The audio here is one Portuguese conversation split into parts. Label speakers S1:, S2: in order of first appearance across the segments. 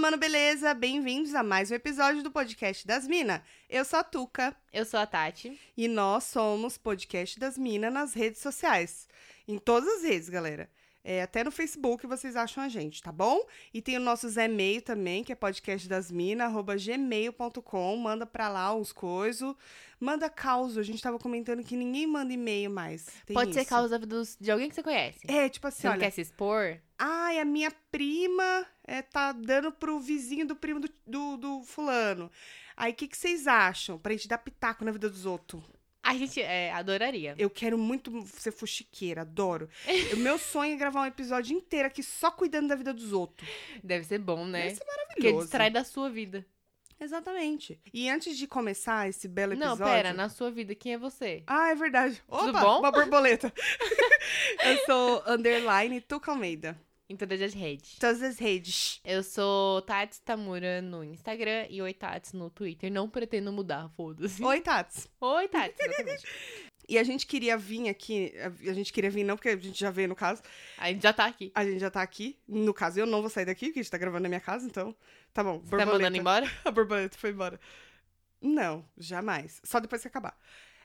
S1: mano, beleza? Bem-vindos a mais um episódio do podcast das Minas. Eu sou a Tuca
S2: Eu sou a Tati.
S1: e nós somos podcast das Minas nas redes sociais. Em todas as redes, galera. É, até no Facebook vocês acham a gente, tá bom? E tem o nosso e-mail também, que é podcastdasmina@gmail.com. Manda pra lá uns coisos. Manda causa. A gente tava comentando que ninguém manda e-mail mais. Tem
S2: Pode ser
S1: isso.
S2: causa dos- de alguém que você conhece.
S1: É, tipo assim,
S2: Você não
S1: olha.
S2: quer se expor?
S1: Ai, a minha prima é, tá dando pro vizinho do primo do, do, do fulano. Aí, o que, que vocês acham? Pra gente dar pitaco na vida dos outros.
S2: A gente é, adoraria.
S1: Eu quero muito ser fuxiqueira, adoro. o meu sonho é gravar um episódio inteiro aqui só cuidando da vida dos outros.
S2: Deve ser bom, né?
S1: Isso é
S2: Porque
S1: maravilhoso.
S2: distrai da sua vida.
S1: Exatamente. E antes de começar esse belo
S2: não,
S1: episódio...
S2: pera, na sua vida, quem é você?
S1: Ah, é verdade. Opa,
S2: Tudo bom?
S1: uma borboleta. Eu sou underline Tuca Almeida.
S2: Em todas as redes.
S1: Todas as redes.
S2: Eu sou Tati Tamura no Instagram e Oi Tati no Twitter. Não pretendo mudar, foda-se.
S1: Oi, Tats.
S2: Oi, Tati, exatamente.
S1: E a gente queria vir aqui, a a gente queria vir não, porque a gente já veio no caso,
S2: A gente já tá aqui.
S1: a gente já tá aqui, no caso eu não vou sair daqui, porque a gente tá gravando na minha casa, então, tá bom,
S2: Você tá mandando embora?
S1: A borboleta foi embora. Não, jamais, só depois que acabar.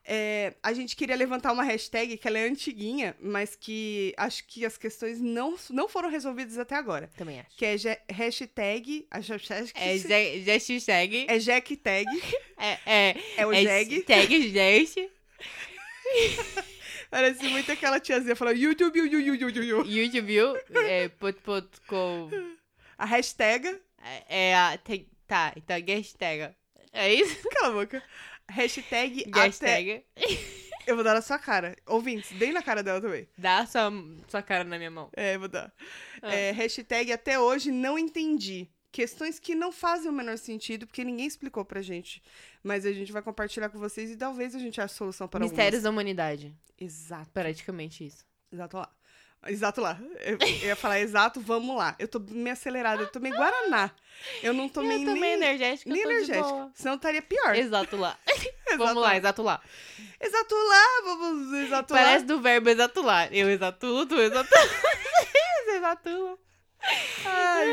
S1: É, a gente queria levantar uma hashtag que ela é antiguinha, mas que acho que as questões não, não foram resolvidas até agora,
S2: Também acho.
S1: que é je- hashtag, a hashtag,
S2: É, je- Just Tag.
S1: é jack tag,
S2: É, é,
S1: é o
S2: é
S1: jag,
S2: Tag Just.
S1: parece muito aquela tiazinha falando YouTube, you, you, you, you, you, you.
S2: YouTube, é, pot, pot, com...
S1: a hashtag
S2: É é a. te- Tá, então hashtag. É isso?
S1: Cala a boca. Hashtag até...
S2: Hashtag.
S1: Eu vou dar na sua cara. Ouvintes, bem na cara dela também.
S2: Dá sua, sua cara na minha mão.
S1: É, eu vou dar.
S2: Ah.
S1: É, hashtag até hoje não entendi. Questões que não fazem o menor sentido, porque ninguém explicou pra gente. Mas a gente vai compartilhar com vocês e talvez a gente ache solução para
S2: Mistérios da humanidade.
S1: algumas. Exato.
S2: Praticamente isso.
S1: Exato lá. Exato lá. Eu, eu ia falar exato, vamos lá. Eu tô meio acelerada, eu tomei Guaraná. Eu não tomei
S2: eu também
S1: nem,
S2: energética,
S1: nem
S2: eu tô de
S1: energético.
S2: boa.
S1: Senão eu estaria pior.
S2: Exato lá.
S1: Exato
S2: Vamos lá, exatular.
S1: Exato lá, vamos exato lá.
S2: Parece do verbo exatular. Eu exatulo, tu exatula. Você exatula.
S1: Ai,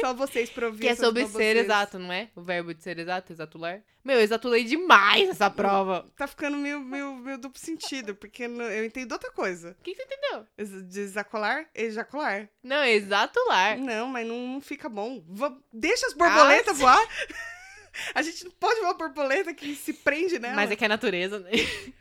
S1: só vocês pra ouvir
S2: Que é
S1: essas
S2: sobre ser
S1: baboseiras.
S2: exato, não é? O verbo de ser exato, exatular. Meu, eu exatulei demais essa prova.
S1: Tá ficando meio, meio, meio duplo sentido, porque não- eu entendo outra coisa.
S2: O que, que você entendeu?
S1: Ex- Desacolar, ejacular.
S2: Não, exatular.
S1: Não, mas não, não fica bom. Va- Deixa as borboletas
S2: É. Ah,
S1: voar. A gente não pode voar borboleta que se prende nela.
S2: Mas é que é natureza, né?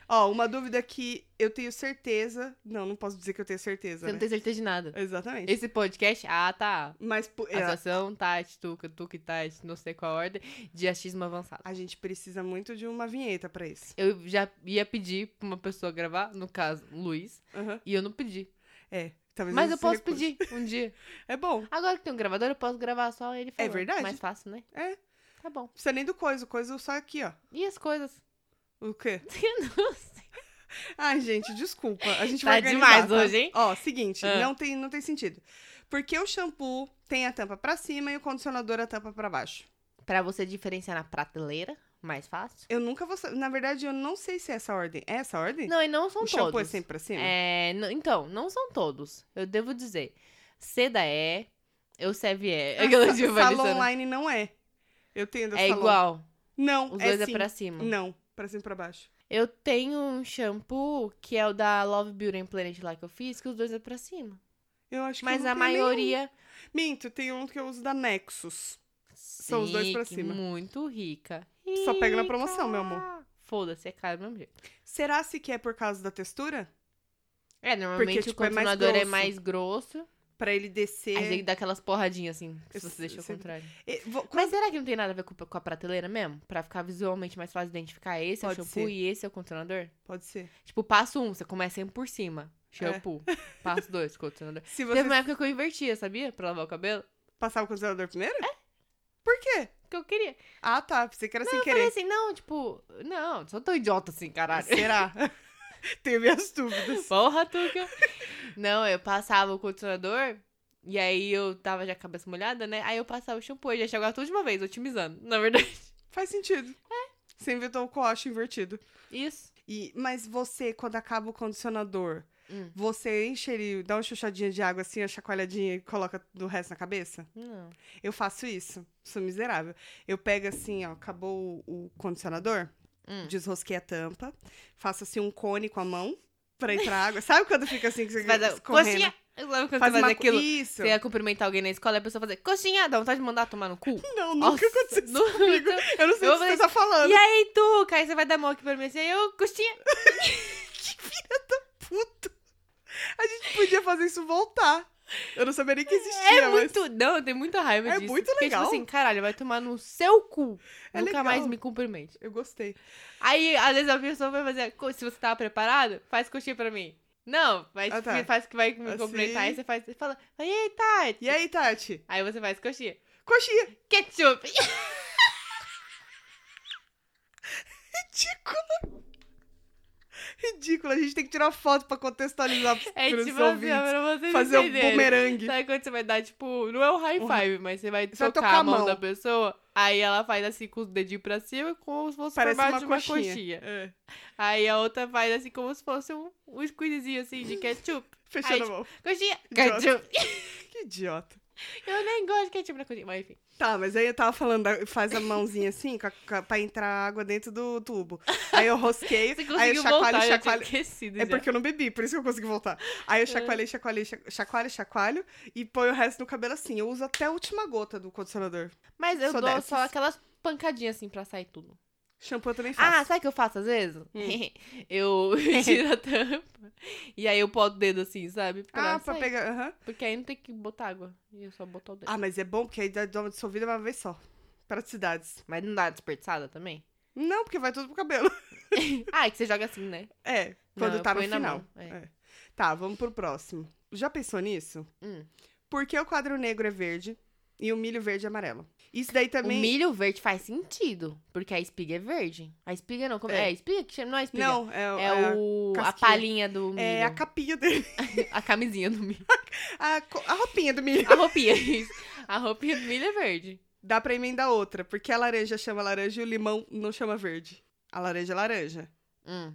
S1: Ó, uma dúvida que eu tenho certeza... Não, não posso dizer que eu tenho certeza,
S2: Você não
S1: né?
S2: tem certeza de nada.
S1: Exatamente.
S2: Esse podcast, ah, tá.
S1: Mas po- é,
S2: Associação, Tati, Tuca, Tuca e Tati, não sei qual a ordem, de achismo avançado.
S1: a gente precisa muito de uma vinheta pra isso.
S2: Eu já ia pedir pra uma pessoa gravar, no caso, Luiz,
S1: Aham.
S2: e eu não pedi.
S1: É, talvez
S2: Mas
S1: ele
S2: eu
S1: se
S2: posso
S1: recuse.
S2: pedir um dia.
S1: É bom. Não
S2: Agora que tem um gravador, eu posso gravar só ele falando.
S1: É verdade.
S2: Mais fácil, né?
S1: É.
S2: Tá bom.
S1: precisa nem do coisa, o coisa é só aqui, ó.
S2: E as coisas?
S1: O quê?
S2: Eu não sei.
S1: Ai, gente, desculpa. A gente
S2: Tá
S1: vai organizar,
S2: demais
S1: tá?
S2: hoje, hein?
S1: Ó, seguinte,
S2: Ah.
S1: não, tem, não tem sentido. Porque o shampoo tem a tampa pra cima e o condicionador a tampa pra baixo.
S2: Pra você diferenciar na prateleira, mais fácil.
S1: Eu nunca vou... sa- Na verdade, eu não sei se é essa a ordem. É essa a ordem?
S2: Não, e não são
S1: o shampoo é
S2: todos.
S1: sempre pra cima?
S2: É, não- então, não são todos. Eu devo dizer. Seda é, eu serve é.
S1: Ah,
S2: Aquela
S1: sa-
S2: de
S1: salão
S2: Valissana.
S1: online não é. Eu tenho da
S2: É
S1: salão.
S2: igual.
S1: Não,
S2: Os
S1: é
S2: dois é
S1: sim.
S2: pra cima.
S1: Não, pra cima e pra baixo.
S2: Eu tenho um shampoo que é o da Love Beauty and Planet lá que eu fiz, que os dois é pra cima.
S1: Eu acho que
S2: Mas
S1: eu
S2: a
S1: não tenho nenhum.
S2: maioria.
S1: Minto, tem um que eu uso da Nexus. São os dois pra
S2: Sim,
S1: cima.
S2: Muito rica.
S1: Só pega na
S2: Rica!
S1: promoção, meu amor.
S2: Foda-se, é caro do mesmo jeito.
S1: Será se que é por causa da textura?
S2: É, normalmente
S1: tipo,
S2: o
S1: é mais
S2: condicionador é
S1: grosso. É.
S2: mais grosso.
S1: Pra ele descer...
S2: Aí tem que dar aquelas porradinhas assim, se
S1: Eu
S2: você deixa ao
S1: sempre-
S2: contrário.
S1: Eh, vou-
S2: Mas será que não tem nada a ver com, com a prateleira mesmo? Pra ficar visualmente mais fácil identificar esse é o
S1: Pode
S2: shampoo
S1: ser.
S2: e esse é o condicionador?
S1: Pode ser.
S2: Tipo, passo um, você começa sempre por cima. Shampoo.
S1: É.
S2: Passo dois, condicionador.
S1: Se você
S2: Teve uma época que eu invertia, sabia? Pra lavar o cabelo.
S1: passar o condicionador primeiro? É. Por quê?
S2: que eu queria.
S1: Ah, tá. Pensei que era sem
S2: Eu falei
S1: querer.
S2: assim, não, tipo, não, sou tão idiota assim, caralho.
S1: Será? Tenho minhas dúvidas.
S2: Porra, Tuca. não, eu passava o condicionador e aí eu tava já com a cabeça molhada, né? Aí eu passava o shampoo e já chegava tudo de uma vez, otimizando, na verdade.
S1: Faz sentido. É. Você inventou o coache invertido.
S2: Isso.
S1: E, mas você, quando acaba o condicionador,
S2: Hum.
S1: Você enche ele, dá uma chuchadinha de água assim, uma chacoalhadinha e coloca do resto na cabeça?
S2: Não.
S1: Eu faço isso. Sou miserável. Eu pego assim, ó, acabou o o condicionador,
S2: Hum.
S1: desrosquei a tampa, faço assim um cone com a mão pra entrar água. Sabe quando fica assim que você
S2: Você faz a...
S1: escorrendo?
S2: Coxinha! Lembra quando
S1: Faz
S2: você
S1: uma
S2: faz aquilo?
S1: Isso.
S2: Você ia cumprimentar alguém na escola e a pessoa fazer coxinha, dá vontade de mandar tomar no cu.
S1: Não, nunca aconteceu. isso.
S2: Nossa,
S1: comigo.
S2: então-
S1: Eu não sei
S2: Eu
S1: o que
S2: falei
S1: você tá falando.
S2: E aí, tu? Aí você vai dar mão aqui pra mim assim, aí eu, coxinha.
S1: Puta. A gente podia fazer isso voltar. Eu não sabia nem que existia,
S2: É
S1: mas
S2: muito. Não, eu tenho muita raiva
S1: É
S2: disso.
S1: muito
S2: porque,
S1: legal.
S2: tipo assim, caralho, vai tomar no seu cu.
S1: É
S2: Nunca
S1: legal.
S2: mais me cumprimente.
S1: eu gostei.
S2: Aí, às vezes, a pessoa vai fazer. "Co- Se você tava preparado, faz coxinha pra mim. Não, mas
S1: Ah, tá.
S2: faz que vai me
S1: Assim.
S2: cumprimentar. Aí você faz. Você fala, aí, Tati.
S1: E aí, Tati?
S2: Aí você faz coxinha.
S1: Coxinha.
S2: Ketchup.
S1: Ridículo. A gente tem que tirar foto pra contextualizar pros,
S2: É
S1: pros
S2: tipo assim, ó,
S1: ouvintes.
S2: pra vocês
S1: Fazer um
S2: entenderem.
S1: bumerangue.
S2: Sabe quando você vai dar, tipo, não é um high
S1: Um
S2: five, mas você vai
S1: Você vai
S2: tocar,
S1: tocar
S2: a mão,
S1: a mão.
S2: da pessoa, aí ela faz assim com os dedinhos pra cima, como se fosse por
S1: Parece
S2: baixo
S1: uma,
S2: de uma
S1: coxinha.
S2: coxinha.
S1: É.
S2: Aí a outra faz assim como se fosse um, um squeezezinho assim de ketchup.
S1: Fechando
S2: Ai,
S1: a mão.
S2: Coxinha!
S1: Idiota.
S2: Ketchup!
S1: Que idiota.
S2: Eu nem gosto de ketchup na coxinha, mas enfim.
S1: Tá, mas aí eu tava falando, da- faz a mãozinha assim, com a- com a- pra entrar água dentro do tubo. Aí eu rosquei,
S2: Você
S1: aí eu
S2: conseguiu
S1: chacoalho,
S2: voltar, eu tinha
S1: chacoalho.
S2: esquecido
S1: É
S2: já.
S1: porque eu não bebi, por isso que eu consegui voltar.
S2: É.
S1: Aí eu chacoalhei, chacoalhei, cha- chacoalho, chacoalho e põe o resto no cabelo assim. Eu uso até a última gota do condicionador.
S2: Mas eu
S1: sou
S2: dou só
S1: dessas.
S2: aquelas pancadinhas assim pra sair tudo.
S1: Shampoo eu também
S2: Ah,
S1: faço.
S2: sabe o que eu faço às vezes?
S1: Hum.
S2: eu tiro a tampa e aí eu boto o dedo assim, sabe? Pra
S1: Ah, pra
S2: sair.
S1: pegar. aham.
S2: Porque aí não tem que botar água. E eu só botar o dedo.
S1: Ah, mas é bom porque aí dá dá uma dissolvida uma vez só. Praticidades.
S2: Mas não dá desperdiçada também?
S1: Não, porque vai tudo pro cabelo.
S2: ah, é que você joga assim, né?
S1: É, quando
S2: Não,
S1: tá no
S2: põe na
S1: final.
S2: mão, é.
S1: É. Tá, vamos pro próximo. Já pensou nisso?
S2: Hum.
S1: Por que o quadro negro é verde e o milho verde é amarelo? Isso daí também.
S2: O milho verde faz sentido, porque a espiga é verde. A espiga não, como é?
S1: É.
S2: a espiga que chama, não é a espiga.
S1: Não, é,
S2: é,
S1: é,
S2: o a
S1: casquinha.
S2: palhinha do milho.
S1: é a capinha dele.
S2: a camisinha do milho.
S1: A, co- a roupinha do milho.
S2: A roupinha, isso. A roupinha do milho é verde.
S1: Dá pra emendar outra, porque a laranja chama laranja e o limão não chama verde. A laranja é laranja.
S2: Hum.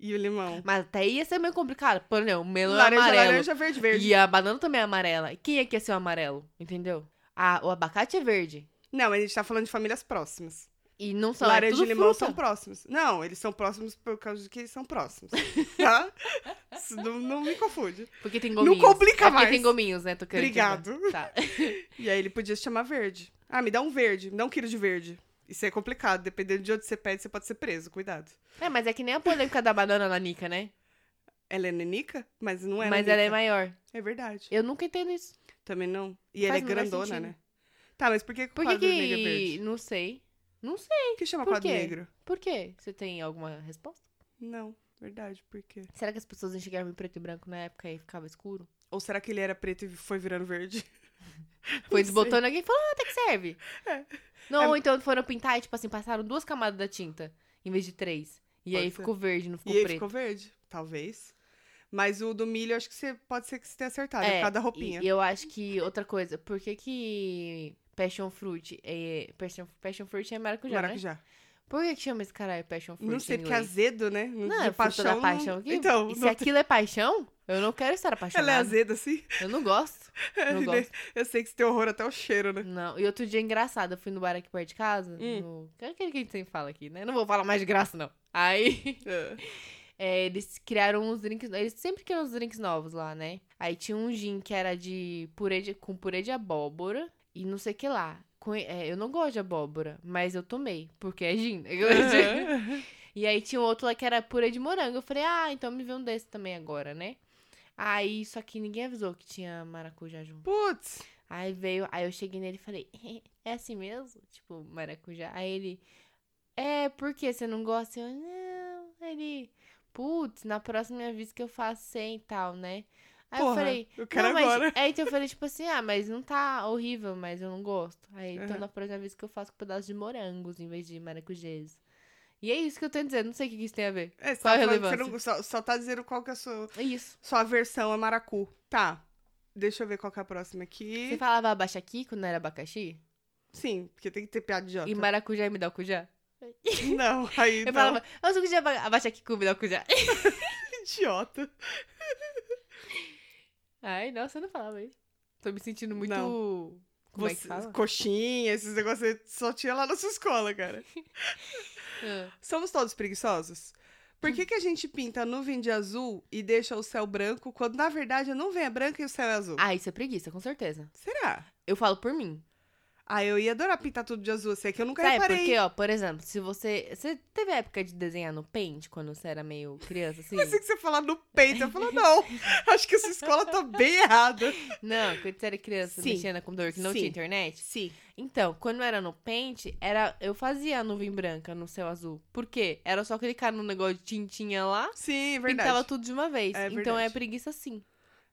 S1: E o limão.
S2: Mas até aí ia ser meio complicado. Por exemplo, o melão é
S1: laranja,
S2: amarelo.
S1: laranja, verde, verde.
S2: E a banana também é amarela. E Quem é que ia ser o amarelo? Entendeu? A, o abacate é verde.
S1: Não, mas a gente tá falando de famílias próximas.
S2: E não são. é
S1: laranja
S2: tudo
S1: e limão
S2: fruta.
S1: são próximos. Não, eles são próximos por causa de que eles são próximos. Tá? Isso não, não me confunde.
S2: Porque tem gominhos.
S1: complica
S2: é porque
S1: mais.
S2: tem gominhos, né? Tô querendo
S1: Obrigado.
S2: dizer. Tá.
S1: E aí ele podia se chamar verde. Ah, me dá um verde, me dá um quilo de verde. Isso é complicado, dependendo de onde você pede, você pode ser preso, cuidado.
S2: É, mas é que nem a polêmica da banana na Nica, né?
S1: Ela é nenica, mas não é
S2: mas
S1: nenica.
S2: ela é maior.
S1: É verdade.
S2: Eu nunca entendo isso.
S1: Também não. E ela é
S2: Faz o menor
S1: grandona,
S2: sentido.
S1: né? Tá, mas por que
S2: Por
S1: quadro
S2: que
S1: negro é
S2: que...
S1: verde?
S2: Não sei. Não sei.
S1: Por que chama
S2: Por
S1: quadro
S2: quê?
S1: negro?
S2: Por quê? Você tem alguma resposta?
S1: Não, verdade, por quê?
S2: Será que as pessoas enxergavam em preto e branco na época e ficava escuro?
S1: Ou será que ele era preto e foi virando verde?
S2: Foi
S1: sei.
S2: desbotando alguém e falou, ah, até que serve.
S1: É.
S2: Não,
S1: É-
S2: ou então foram pintar e, tipo assim, passaram duas camadas da tinta em vez de três. E
S1: Pode
S2: aí
S1: ser.
S2: ficou verde, não ficou
S1: e aí
S2: preto.
S1: ficou verde, talvez. Mas o do milho, acho que você pode ser que você tenha acertado, é,
S2: É,
S1: por causa da roupinha.
S2: E eu acho que outra coisa, por que que Passion Fruit é. Passion, passion Fruit é maracujá, né?
S1: Maracujá.
S2: Por que que chama esse caralho Passion Fruit?
S1: Não sei,
S2: em
S1: porque é
S2: inglês?
S1: azedo, né?
S2: Não, é
S1: de
S2: paixão, da
S1: não-
S2: paixão aqui.
S1: Então,
S2: e se
S1: não tem-
S2: aquilo é paixão, eu não quero estar
S1: ela é
S2: apaixonada.
S1: azeda, assim.
S2: eu não gosto. Não gosto.
S1: Eu sei que você tem horror até o cheiro, né?
S2: Não. E outro dia engraçado, eu fui no bar aqui perto de casa.
S1: Hum.
S2: No... que é Aquele que a gente sempre fala aqui, né? Não vou falar mais de graça, não. Aí.
S1: É.
S2: É, eles criaram uns drinks. Eles sempre criam uns drinks novos lá, né? Aí tinha um gin que era de purê de, com purê de abóbora e não sei o que lá. Com- é, eu não gosto de abóbora, mas eu tomei, porque é gin. E aí tinha outro lá que era purê de morango. Eu falei, ah, então me vê um desse também agora, né? Aí, só que ninguém avisou que tinha maracujá junto.
S1: Putz,
S2: Aí veio, aí eu cheguei nele e falei, é assim mesmo? Tipo, maracujá. Aí ele, é, por que você não gosta? Eu, não, Aí ele, putz, na próxima vez que eu faço sem e tal, né? Aí eu
S1: Porra,
S2: falei,
S1: eu quero
S2: não, mas...
S1: agora.
S2: Aí então eu falei, tipo assim, ah, mas não tá horrível, mas eu não gosto. Aí, então
S1: Aham.
S2: na próxima vez que eu faço com pedaço de morangos em vez de maracujês. E é isso que eu tô dizendo, não sei o que que isso tem a ver.
S1: É, você
S2: Qual
S1: tá
S2: a
S1: falando que você
S2: relevância?
S1: não- só, só tá dizendo qual que é a sua,
S2: É isso.
S1: sua versão a maracu. Tá. Deixa eu ver qual que é a próxima aqui.
S2: Você falava abaixa aqui quando era abacaxi?
S1: Sim, porque tem que ter piada idiota.
S2: E maracujá e me dá o cujá?
S1: Não, aí
S2: Eu
S1: não.
S2: é falava, eu sou cujá, abaixa aqui com me dá o cujá.
S1: Idiota.
S2: Ai, nossa, eu não falava isso. Tô me sentindo muito. Como é que
S1: Você-
S2: fala?
S1: Coxinha, esses negócios aí só tinha lá na sua escola, cara.
S2: Ah,
S1: Somos todos preguiçosos? Por que, que a gente pinta a nuvem de azul e deixa o céu branco, quando na verdade a nuvem é branca e o céu é azul?
S2: Ah, isso é preguiça, com certeza.
S1: Será?
S2: Eu falo por mim.
S1: Ah, eu ia adorar pintar tudo de azul, sei que eu nunca
S2: Sabe,
S1: reparei.
S2: porque, ó, por exemplo, se você. Você teve a época de desenhar no paint quando você era meio criança, assim?
S1: Pensei que você falar no peito. Eu falo, não, acho que essa escola tá bem errada.
S2: Não, quando você era criança,
S1: Sim.
S2: mexia no computador que não
S1: Sim.
S2: tinha internet.
S1: Sim.
S2: Então, quando era no Paint, era, eu fazia a nuvem branca no céu azul. Por quê? Era só clicar no negócio de tintinha lá,
S1: Sim, é verdade.
S2: pintava tudo de uma vez.
S1: É
S2: então é
S1: verdade.
S2: preguiça sim.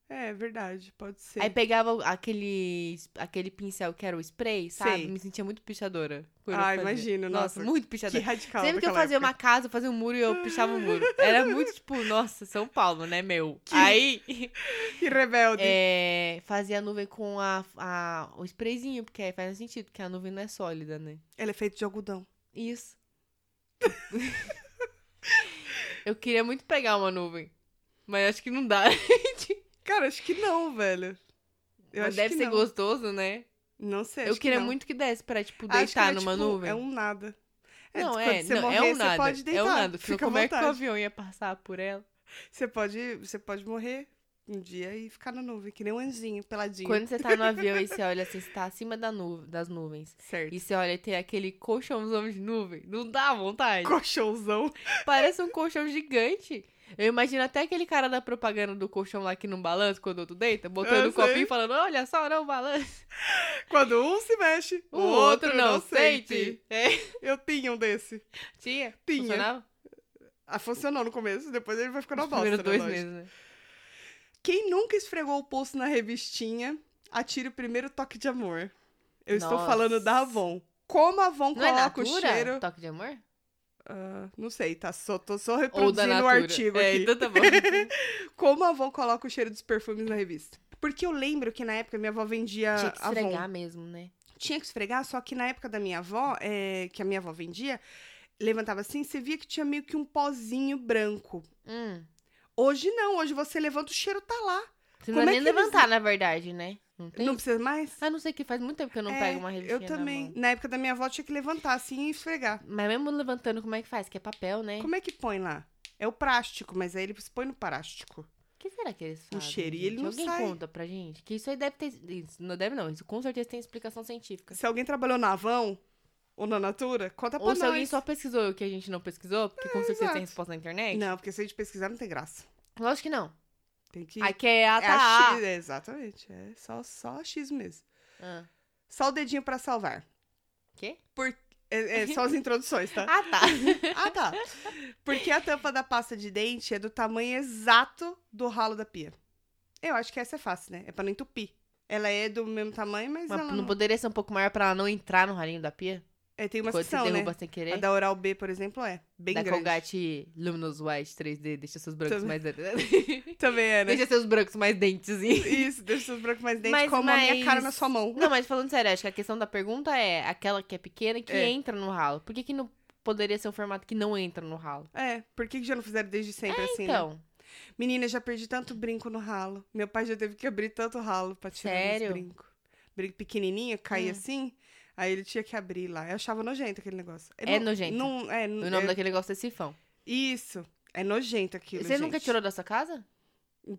S1: É verdade, pode ser.
S2: Aí pegava o- aquele, aquele pincel que era o spray, sabe?
S1: Sei.
S2: Me sentia muito pichadora. quando eu
S1: ah,
S2: fazia.
S1: imagino, nossa.
S2: Nossa, muito
S1: que
S2: pichadora.
S1: radical.
S2: Sempre que eu
S1: daquela
S2: fazia
S1: época.
S2: uma casa, eu fazia um muro e eu pichava o muro. Era muito tipo, nossa, São Paulo, né, meu? Aí
S1: Que rebelde.
S2: é, fazia a nuvem com a, a- o sprayzinho, porque aí faz sentido, porque a nuvem não é sólida, né?
S1: Ela é feita de algodão.
S2: Isso. eu queria muito pegar uma nuvem. Mas acho que não dá.
S1: Cara, acho que não, velho. Eu
S2: Mas
S1: acho
S2: deve
S1: que
S2: ser
S1: não.
S2: gostoso, né?
S1: Não sei.
S2: eu
S1: acho que
S2: queria
S1: não.
S2: muito que desse pra, tipo,
S1: Acho que
S2: deitar
S1: é,
S2: numa
S1: tipo,
S2: nuvem.
S1: É um nada. É,
S2: Não,
S1: quando
S2: é,
S1: você
S2: não,
S1: morrer,
S2: é um
S1: você
S2: nada.
S1: pode deitar.
S2: é um nada.
S1: Fica
S2: Como
S1: à
S2: é que o
S1: vontade.
S2: avião ia passar por ela?
S1: Você pode, você pode morrer um dia e ficar na nuvem, que nem um anjinho, peladinho.
S2: Quando você tá no avião e você olha assim, você tá acima da nu das nuvens.
S1: Certo.
S2: E você olha e tem aquele colchãozão de nuvem. Não dá vontade.
S1: Colchãozão.
S2: Parece um colchão gigante. Eu imagino até aquele cara da propaganda do colchão lá que não balança quando o outro deita, botando
S1: Eu
S2: o copinho
S1: sei.
S2: e falando, olha só, não balança.
S1: Quando um se mexe,
S2: O outro não, sente. É.
S1: Eu tinha um desse.
S2: Tinha?
S1: Tinha.
S2: Funcionava?
S1: Ah, funcionou no começo, depois ele vai ficar na
S2: Os
S1: bosta. né,
S2: primeiros dois
S1: lógico.
S2: meses, né?
S1: Quem nunca esfregou o pulso na revistinha, atire o primeiro toque de amor. Eu estou
S2: Nossa.
S1: falando da Avon. Como a Avon
S2: Não é
S1: coloca o
S2: Natura?
S1: cheiro.
S2: Toque de amor?
S1: Ah, não sei, tá? Só, tô só
S2: Ou da
S1: reproduzindo o
S2: Natura?
S1: artigo
S2: é,
S1: aqui.
S2: então tá bom.
S1: Como a Avon coloca o cheiro dos perfumes na revista. Porque eu lembro que na época minha avó vendia
S2: Tinha que
S1: Ah, Avon.
S2: esfregar mesmo, né?
S1: tinha que esfregar, só que na época da minha avó, é, que a minha avó vendia, levantava assim, você via que tinha meio que um pozinho branco.
S2: Hum.
S1: Hoje não, hoje você levanta, o cheiro tá lá.
S2: Você
S1: Como é
S2: não vai nem
S1: que eles-
S2: levantar, na verdade, né? Não tem?
S1: Não precisa mais?
S2: A não ser que faz muito tempo que eu não
S1: É,
S2: pego uma revistinha
S1: Eu
S2: na
S1: também.
S2: mão.
S1: Na época da minha avó tinha que levantar assim e esfregar.
S2: Mas mesmo levantando, como é que faz? Que é papel, né? O
S1: Como é que põe lá? É o prástico, mas aí ele se põe no prástico.
S2: que será que eles
S1: O
S2: fazem?
S1: cheiro, e ele
S2: gente?
S1: não
S2: Alguém
S1: sai.
S2: conta pra gente? Que isso aí deve ter... Isso não deve não, isso com certeza tem explicação científica.
S1: Se alguém trabalhou na Avon ou na Natura, conta pra
S2: Ou se
S1: nós.
S2: alguém só pesquisou o que a gente não pesquisou, porque com certeza
S1: exato.
S2: tem resposta na internet.
S1: Não, porque se a gente pesquisar não tem graça.
S2: Lógico que não.
S1: Tem que...
S2: Aqui é a
S1: é
S2: tá.
S1: X, é, exatamente. É só, só X mesmo.
S2: Ah,
S1: Só o dedinho pra salvar.
S2: quê?
S1: É, é só as introduções, tá?
S2: Ah, tá.
S1: Ah, tá. Porque a tampa da pasta de dente é do tamanho exato do ralo da pia. Eu acho que essa é fácil, né? É pra não entupir. Ela é do mesmo tamanho, mas,
S2: Mas
S1: ela
S2: não
S1: não...
S2: poderia ser um pouco maior pra ela não entrar no ralinho da pia?
S1: É, tem uma
S2: quando você
S1: opção, né?
S2: derruba sem
S1: A
S2: querer?
S1: da Oral B, por exemplo, é. Bem
S2: da
S1: grande.
S2: Colgate Luminous um White 3D, deixa seus brancos
S1: Também.
S2: mais...
S1: Também é, né?
S2: deixa seus brancos mais dentes. e-
S1: Isso, deixa seus brancos mais dentes,
S2: Mas-
S1: como a minha cara na
S2: mas-
S1: sua mão.
S2: Não, mas falando sério, acho que a questão da pergunta é aquela que é pequena e que
S1: É.
S2: entra no ralo. Por que que não poderia ser um formato que não entra no ralo?
S1: É, por que que já não fizeram desde sempre assim, né?
S2: Então,
S1: Menina, já perdi tanto brinco no ralo. Meu pai já teve que abrir tanto ralo pra tirar
S2: Sério?
S1: os brincos. Brinco pequenininho, caía
S2: Hum.
S1: assim, aí ele tinha que abrir lá. Eu achava nojento aquele negócio.
S2: É nojento?
S1: Não, é,
S2: o nome
S1: é-
S2: daquele negócio é sifão.
S1: Isso. É nojento aquilo,
S2: Você nunca
S1: gente.
S2: tirou da sua casa?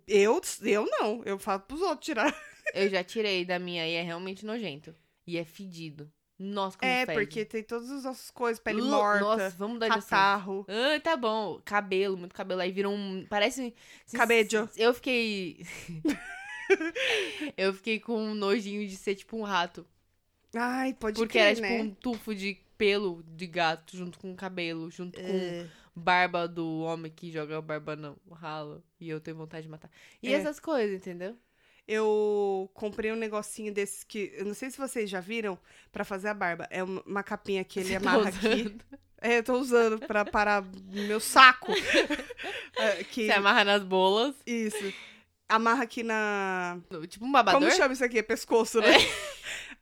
S1: Eu, eu não. Eu falo pros outros tirar.
S2: Eu já tirei da minha e é realmente nojento. E é fedido. Nossa, como
S1: É,
S2: fede.
S1: porque tem todas as nossas coisas. Pele
S2: Lu-
S1: morta,
S2: Nossa, vamos mudar de assunto.
S1: catarro.
S2: Ah, tá bom. Cabelo, muito cabelo. Aí virou um. Parece.
S1: Cabelo.
S2: Eu fiquei. eu fiquei com um nojinho de ser tipo um rato.
S1: Ai, pode
S2: Porque
S1: crer,
S2: era tipo
S1: né?
S2: um tufo de pelo de gato junto com cabelo, junto com
S1: É.
S2: barba do homem que joga barba no ralo. E eu tenho vontade de matar. E
S1: É.
S2: essas coisas, entendeu?
S1: Eu comprei um negocinho desses que... Eu não sei se vocês já viram, pra fazer a barba. É uma uma capinha que ele
S2: Você tá
S1: amarra aqui.
S2: usando.
S1: É, eu tô usando pra parar meu saco. É, que...
S2: Você amarra nas bolas.
S1: Isso. Amarra aqui na...
S2: Tipo um babador.
S1: Como chama isso aqui? É pescoço, né?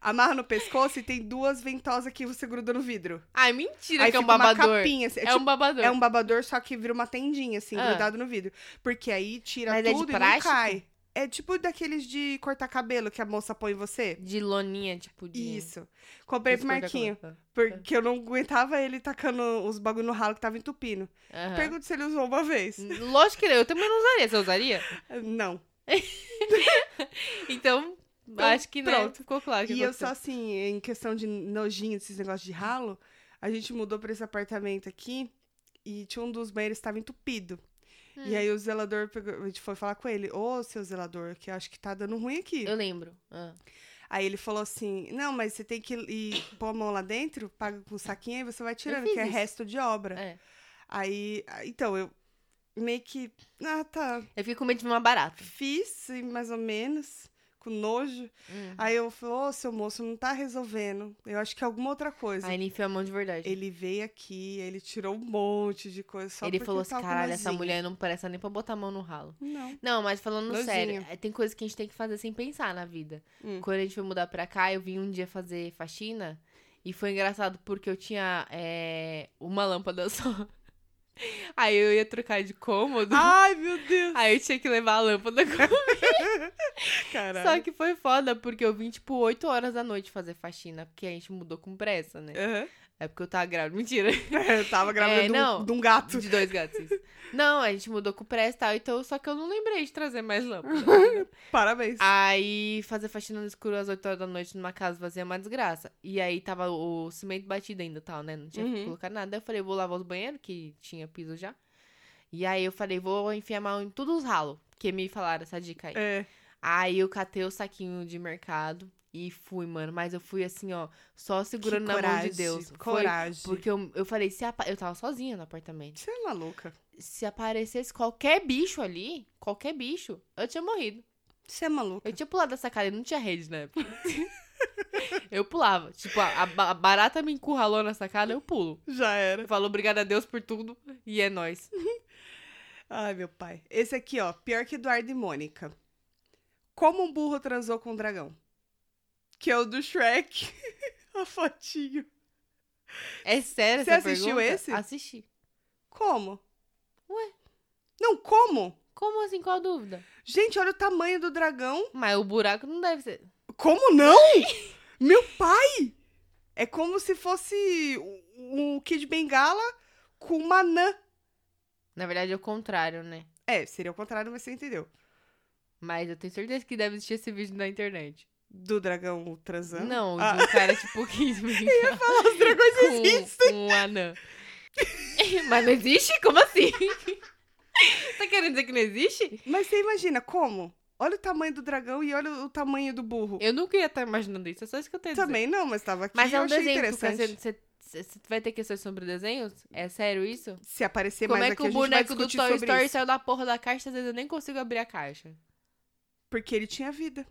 S1: Amarra no pescoço e tem duas ventosas que você gruda no vidro.
S2: Ai, mentira
S1: Aí
S2: que é um
S1: fica
S2: babador.
S1: uma capinha. assim, É,
S2: É,
S1: tipo-
S2: um babador.
S1: é um babador, só que vira uma tendinha, assim,
S2: Ah.
S1: grudado no vidro. Porque aí tira
S2: Mas é de
S1: tudo e não
S2: plástico?
S1: cai. É tipo daqueles de cortar cabelo que a moça põe em você.
S2: De loninha, tipo de.
S1: Isso. Comprei pro
S2: Desculpa,
S1: Marquinho,
S2: calma.
S1: porque
S2: Ah.
S1: eu não aguentava ele tacando os bagulho no ralo que tava entupindo.
S2: Aham.
S1: Pergunta se ele usou uma vez.
S2: Lógico que não, eu também não usaria. Você usaria?
S1: Não.
S2: Então, acho que não.
S1: pronto.
S2: Ficou claro que
S1: E eu
S2: você-
S1: sou assim, em questão de nojinho, desses negócios de ralo, a gente mudou pra esse apartamento aqui e tinha um dos banheiros que estava entupido. E
S2: Hum.
S1: aí o zelador pegou, a gente foi falar com ele, ô seu zelador, que eu acho que tá dando ruim aqui.
S2: Eu lembro. Ah.
S1: Aí ele falou assim, não, mas você tem que ir pôr a mão lá dentro, paga com um saquinho, aí você vai tirando,
S2: fiz
S1: que é
S2: isso.
S1: resto de obra.
S2: É.
S1: Aí, ah, então, eu meio que, ah, tá,
S2: Eu fiquei com medo de ver uma barata.
S1: fiz, e mais ou menos, com nojo.
S2: Hum.
S1: Aí eu falei, ô, seu moço, não tá resolvendo, eu acho que é alguma outra coisa.
S2: Aí ele enfiou a mão de verdade. Ele,
S1: Ele veio aqui, ele tirou um monte de coisa só porque
S2: falou
S1: eu
S2: assim:
S1: tava com
S2: caralho, essa
S1: nozinho."
S2: mulher não parece nem pra botar a mão no ralo.
S1: Não.
S2: Não, mas falando
S1: Nozinho.
S2: sério, é, tem coisa que a gente tem que fazer sem pensar na vida.
S1: Hum.
S2: Quando a gente foi mudar pra cá, eu vim um dia fazer faxina e foi engraçado porque eu tinha é, uma lâmpada só. Aí eu ia trocar de cômodo.
S1: Ai, meu Deus,
S2: Aí eu tinha que levar a lâmpada comigo.
S1: caralho.
S2: Só que foi foda, porque eu vim, tipo, 8 horas da noite fazer faxina, porque a gente mudou com pressa, né?
S1: Aham.
S2: É porque eu tava grávida. Mentira.
S1: Eu tava grávida
S2: É,
S1: de, um,
S2: não.
S1: de um gato.
S2: De dois gatos. isso. Não, a gente mudou com pressa e tal, então só que eu não lembrei de trazer mais lâmpada.
S1: Parabéns.
S2: aí fazer faxina no escuro às 8 horas da noite numa casa vazia é uma desgraça. E aí tava o cimento batido ainda e tal, né? Não tinha que
S1: Uhum.
S2: colocar nada. Eu falei, vou lavar os banheiros, que tinha piso já. E aí eu falei, vou enfiar a mão em todos os ralos. Porque me falaram essa dica aí.
S1: É.
S2: Aí eu catei o saquinho de mercado e fui, mano. Mas eu fui assim, ó, só segurando
S1: Que
S2: na mão de Deus. Foi
S1: Coragem.
S2: porque eu, eu falei, se apa- eu tava sozinha no apartamento.
S1: Você é maluca.
S2: Se aparecesse qualquer bicho ali, qualquer bicho, eu tinha morrido.
S1: Você é maluca.
S2: Eu tinha pulado dessa cara, não tinha rede na época. eu pulava. Tipo, a, a ba- a barata me encurralou na sacada, eu pulo.
S1: Já era.
S2: Eu falo obrigada a Deus por tudo e é nóis.
S1: Ai, meu pai. Esse aqui, ó. Pior que Eduardo e Mônica. Como um burro transou com um dragão? Que é o do Shrek. A fotinho.
S2: É sério
S1: Você
S2: essa
S1: assistiu
S2: pergunta?
S1: esse?
S2: Assisti.
S1: Como?
S2: Ué?
S1: Não, como?
S2: Como assim? Qual a dúvida?
S1: Gente, olha o tamanho do dragão.
S2: Mas o buraco não deve ser...
S1: Como não? meu pai! É como se fosse o, o Kid Bengala com uma anã.
S2: Na verdade é o contrário, né?
S1: É, seria o contrário, mas você entendeu.
S2: Mas eu tenho certeza que deve existir esse vídeo na internet.
S1: Do dragão transando?
S2: Não,
S1: Ah.
S2: de um cara tipo que Eu ia falar, os
S1: dragões
S2: existem. Um anã. Mas não existe? Como assim? tá querendo dizer que não existe?
S1: Mas você imagina como? Olha o tamanho do dragão e olha o tamanho do burro.
S2: Eu nunca ia estar imaginando isso, é só isso que eu tenho a dizer.
S1: Também não, mas tava aqui
S2: Mas
S1: e
S2: é
S1: eu
S2: um
S1: achei
S2: desenho, Tuca,
S1: interessante.
S2: você, você- você- você vai ter questões sobre desenhos? É sério isso?
S1: Se aparecer
S2: Como
S1: mais
S2: é
S1: aqui,
S2: que o
S1: a gente vai
S2: boneco do
S1: discutir
S2: Toy
S1: sobre
S2: Story
S1: isso.
S2: saiu da porra da caixa? Às vezes eu nem consigo abrir a caixa.
S1: Porque ele tinha vida.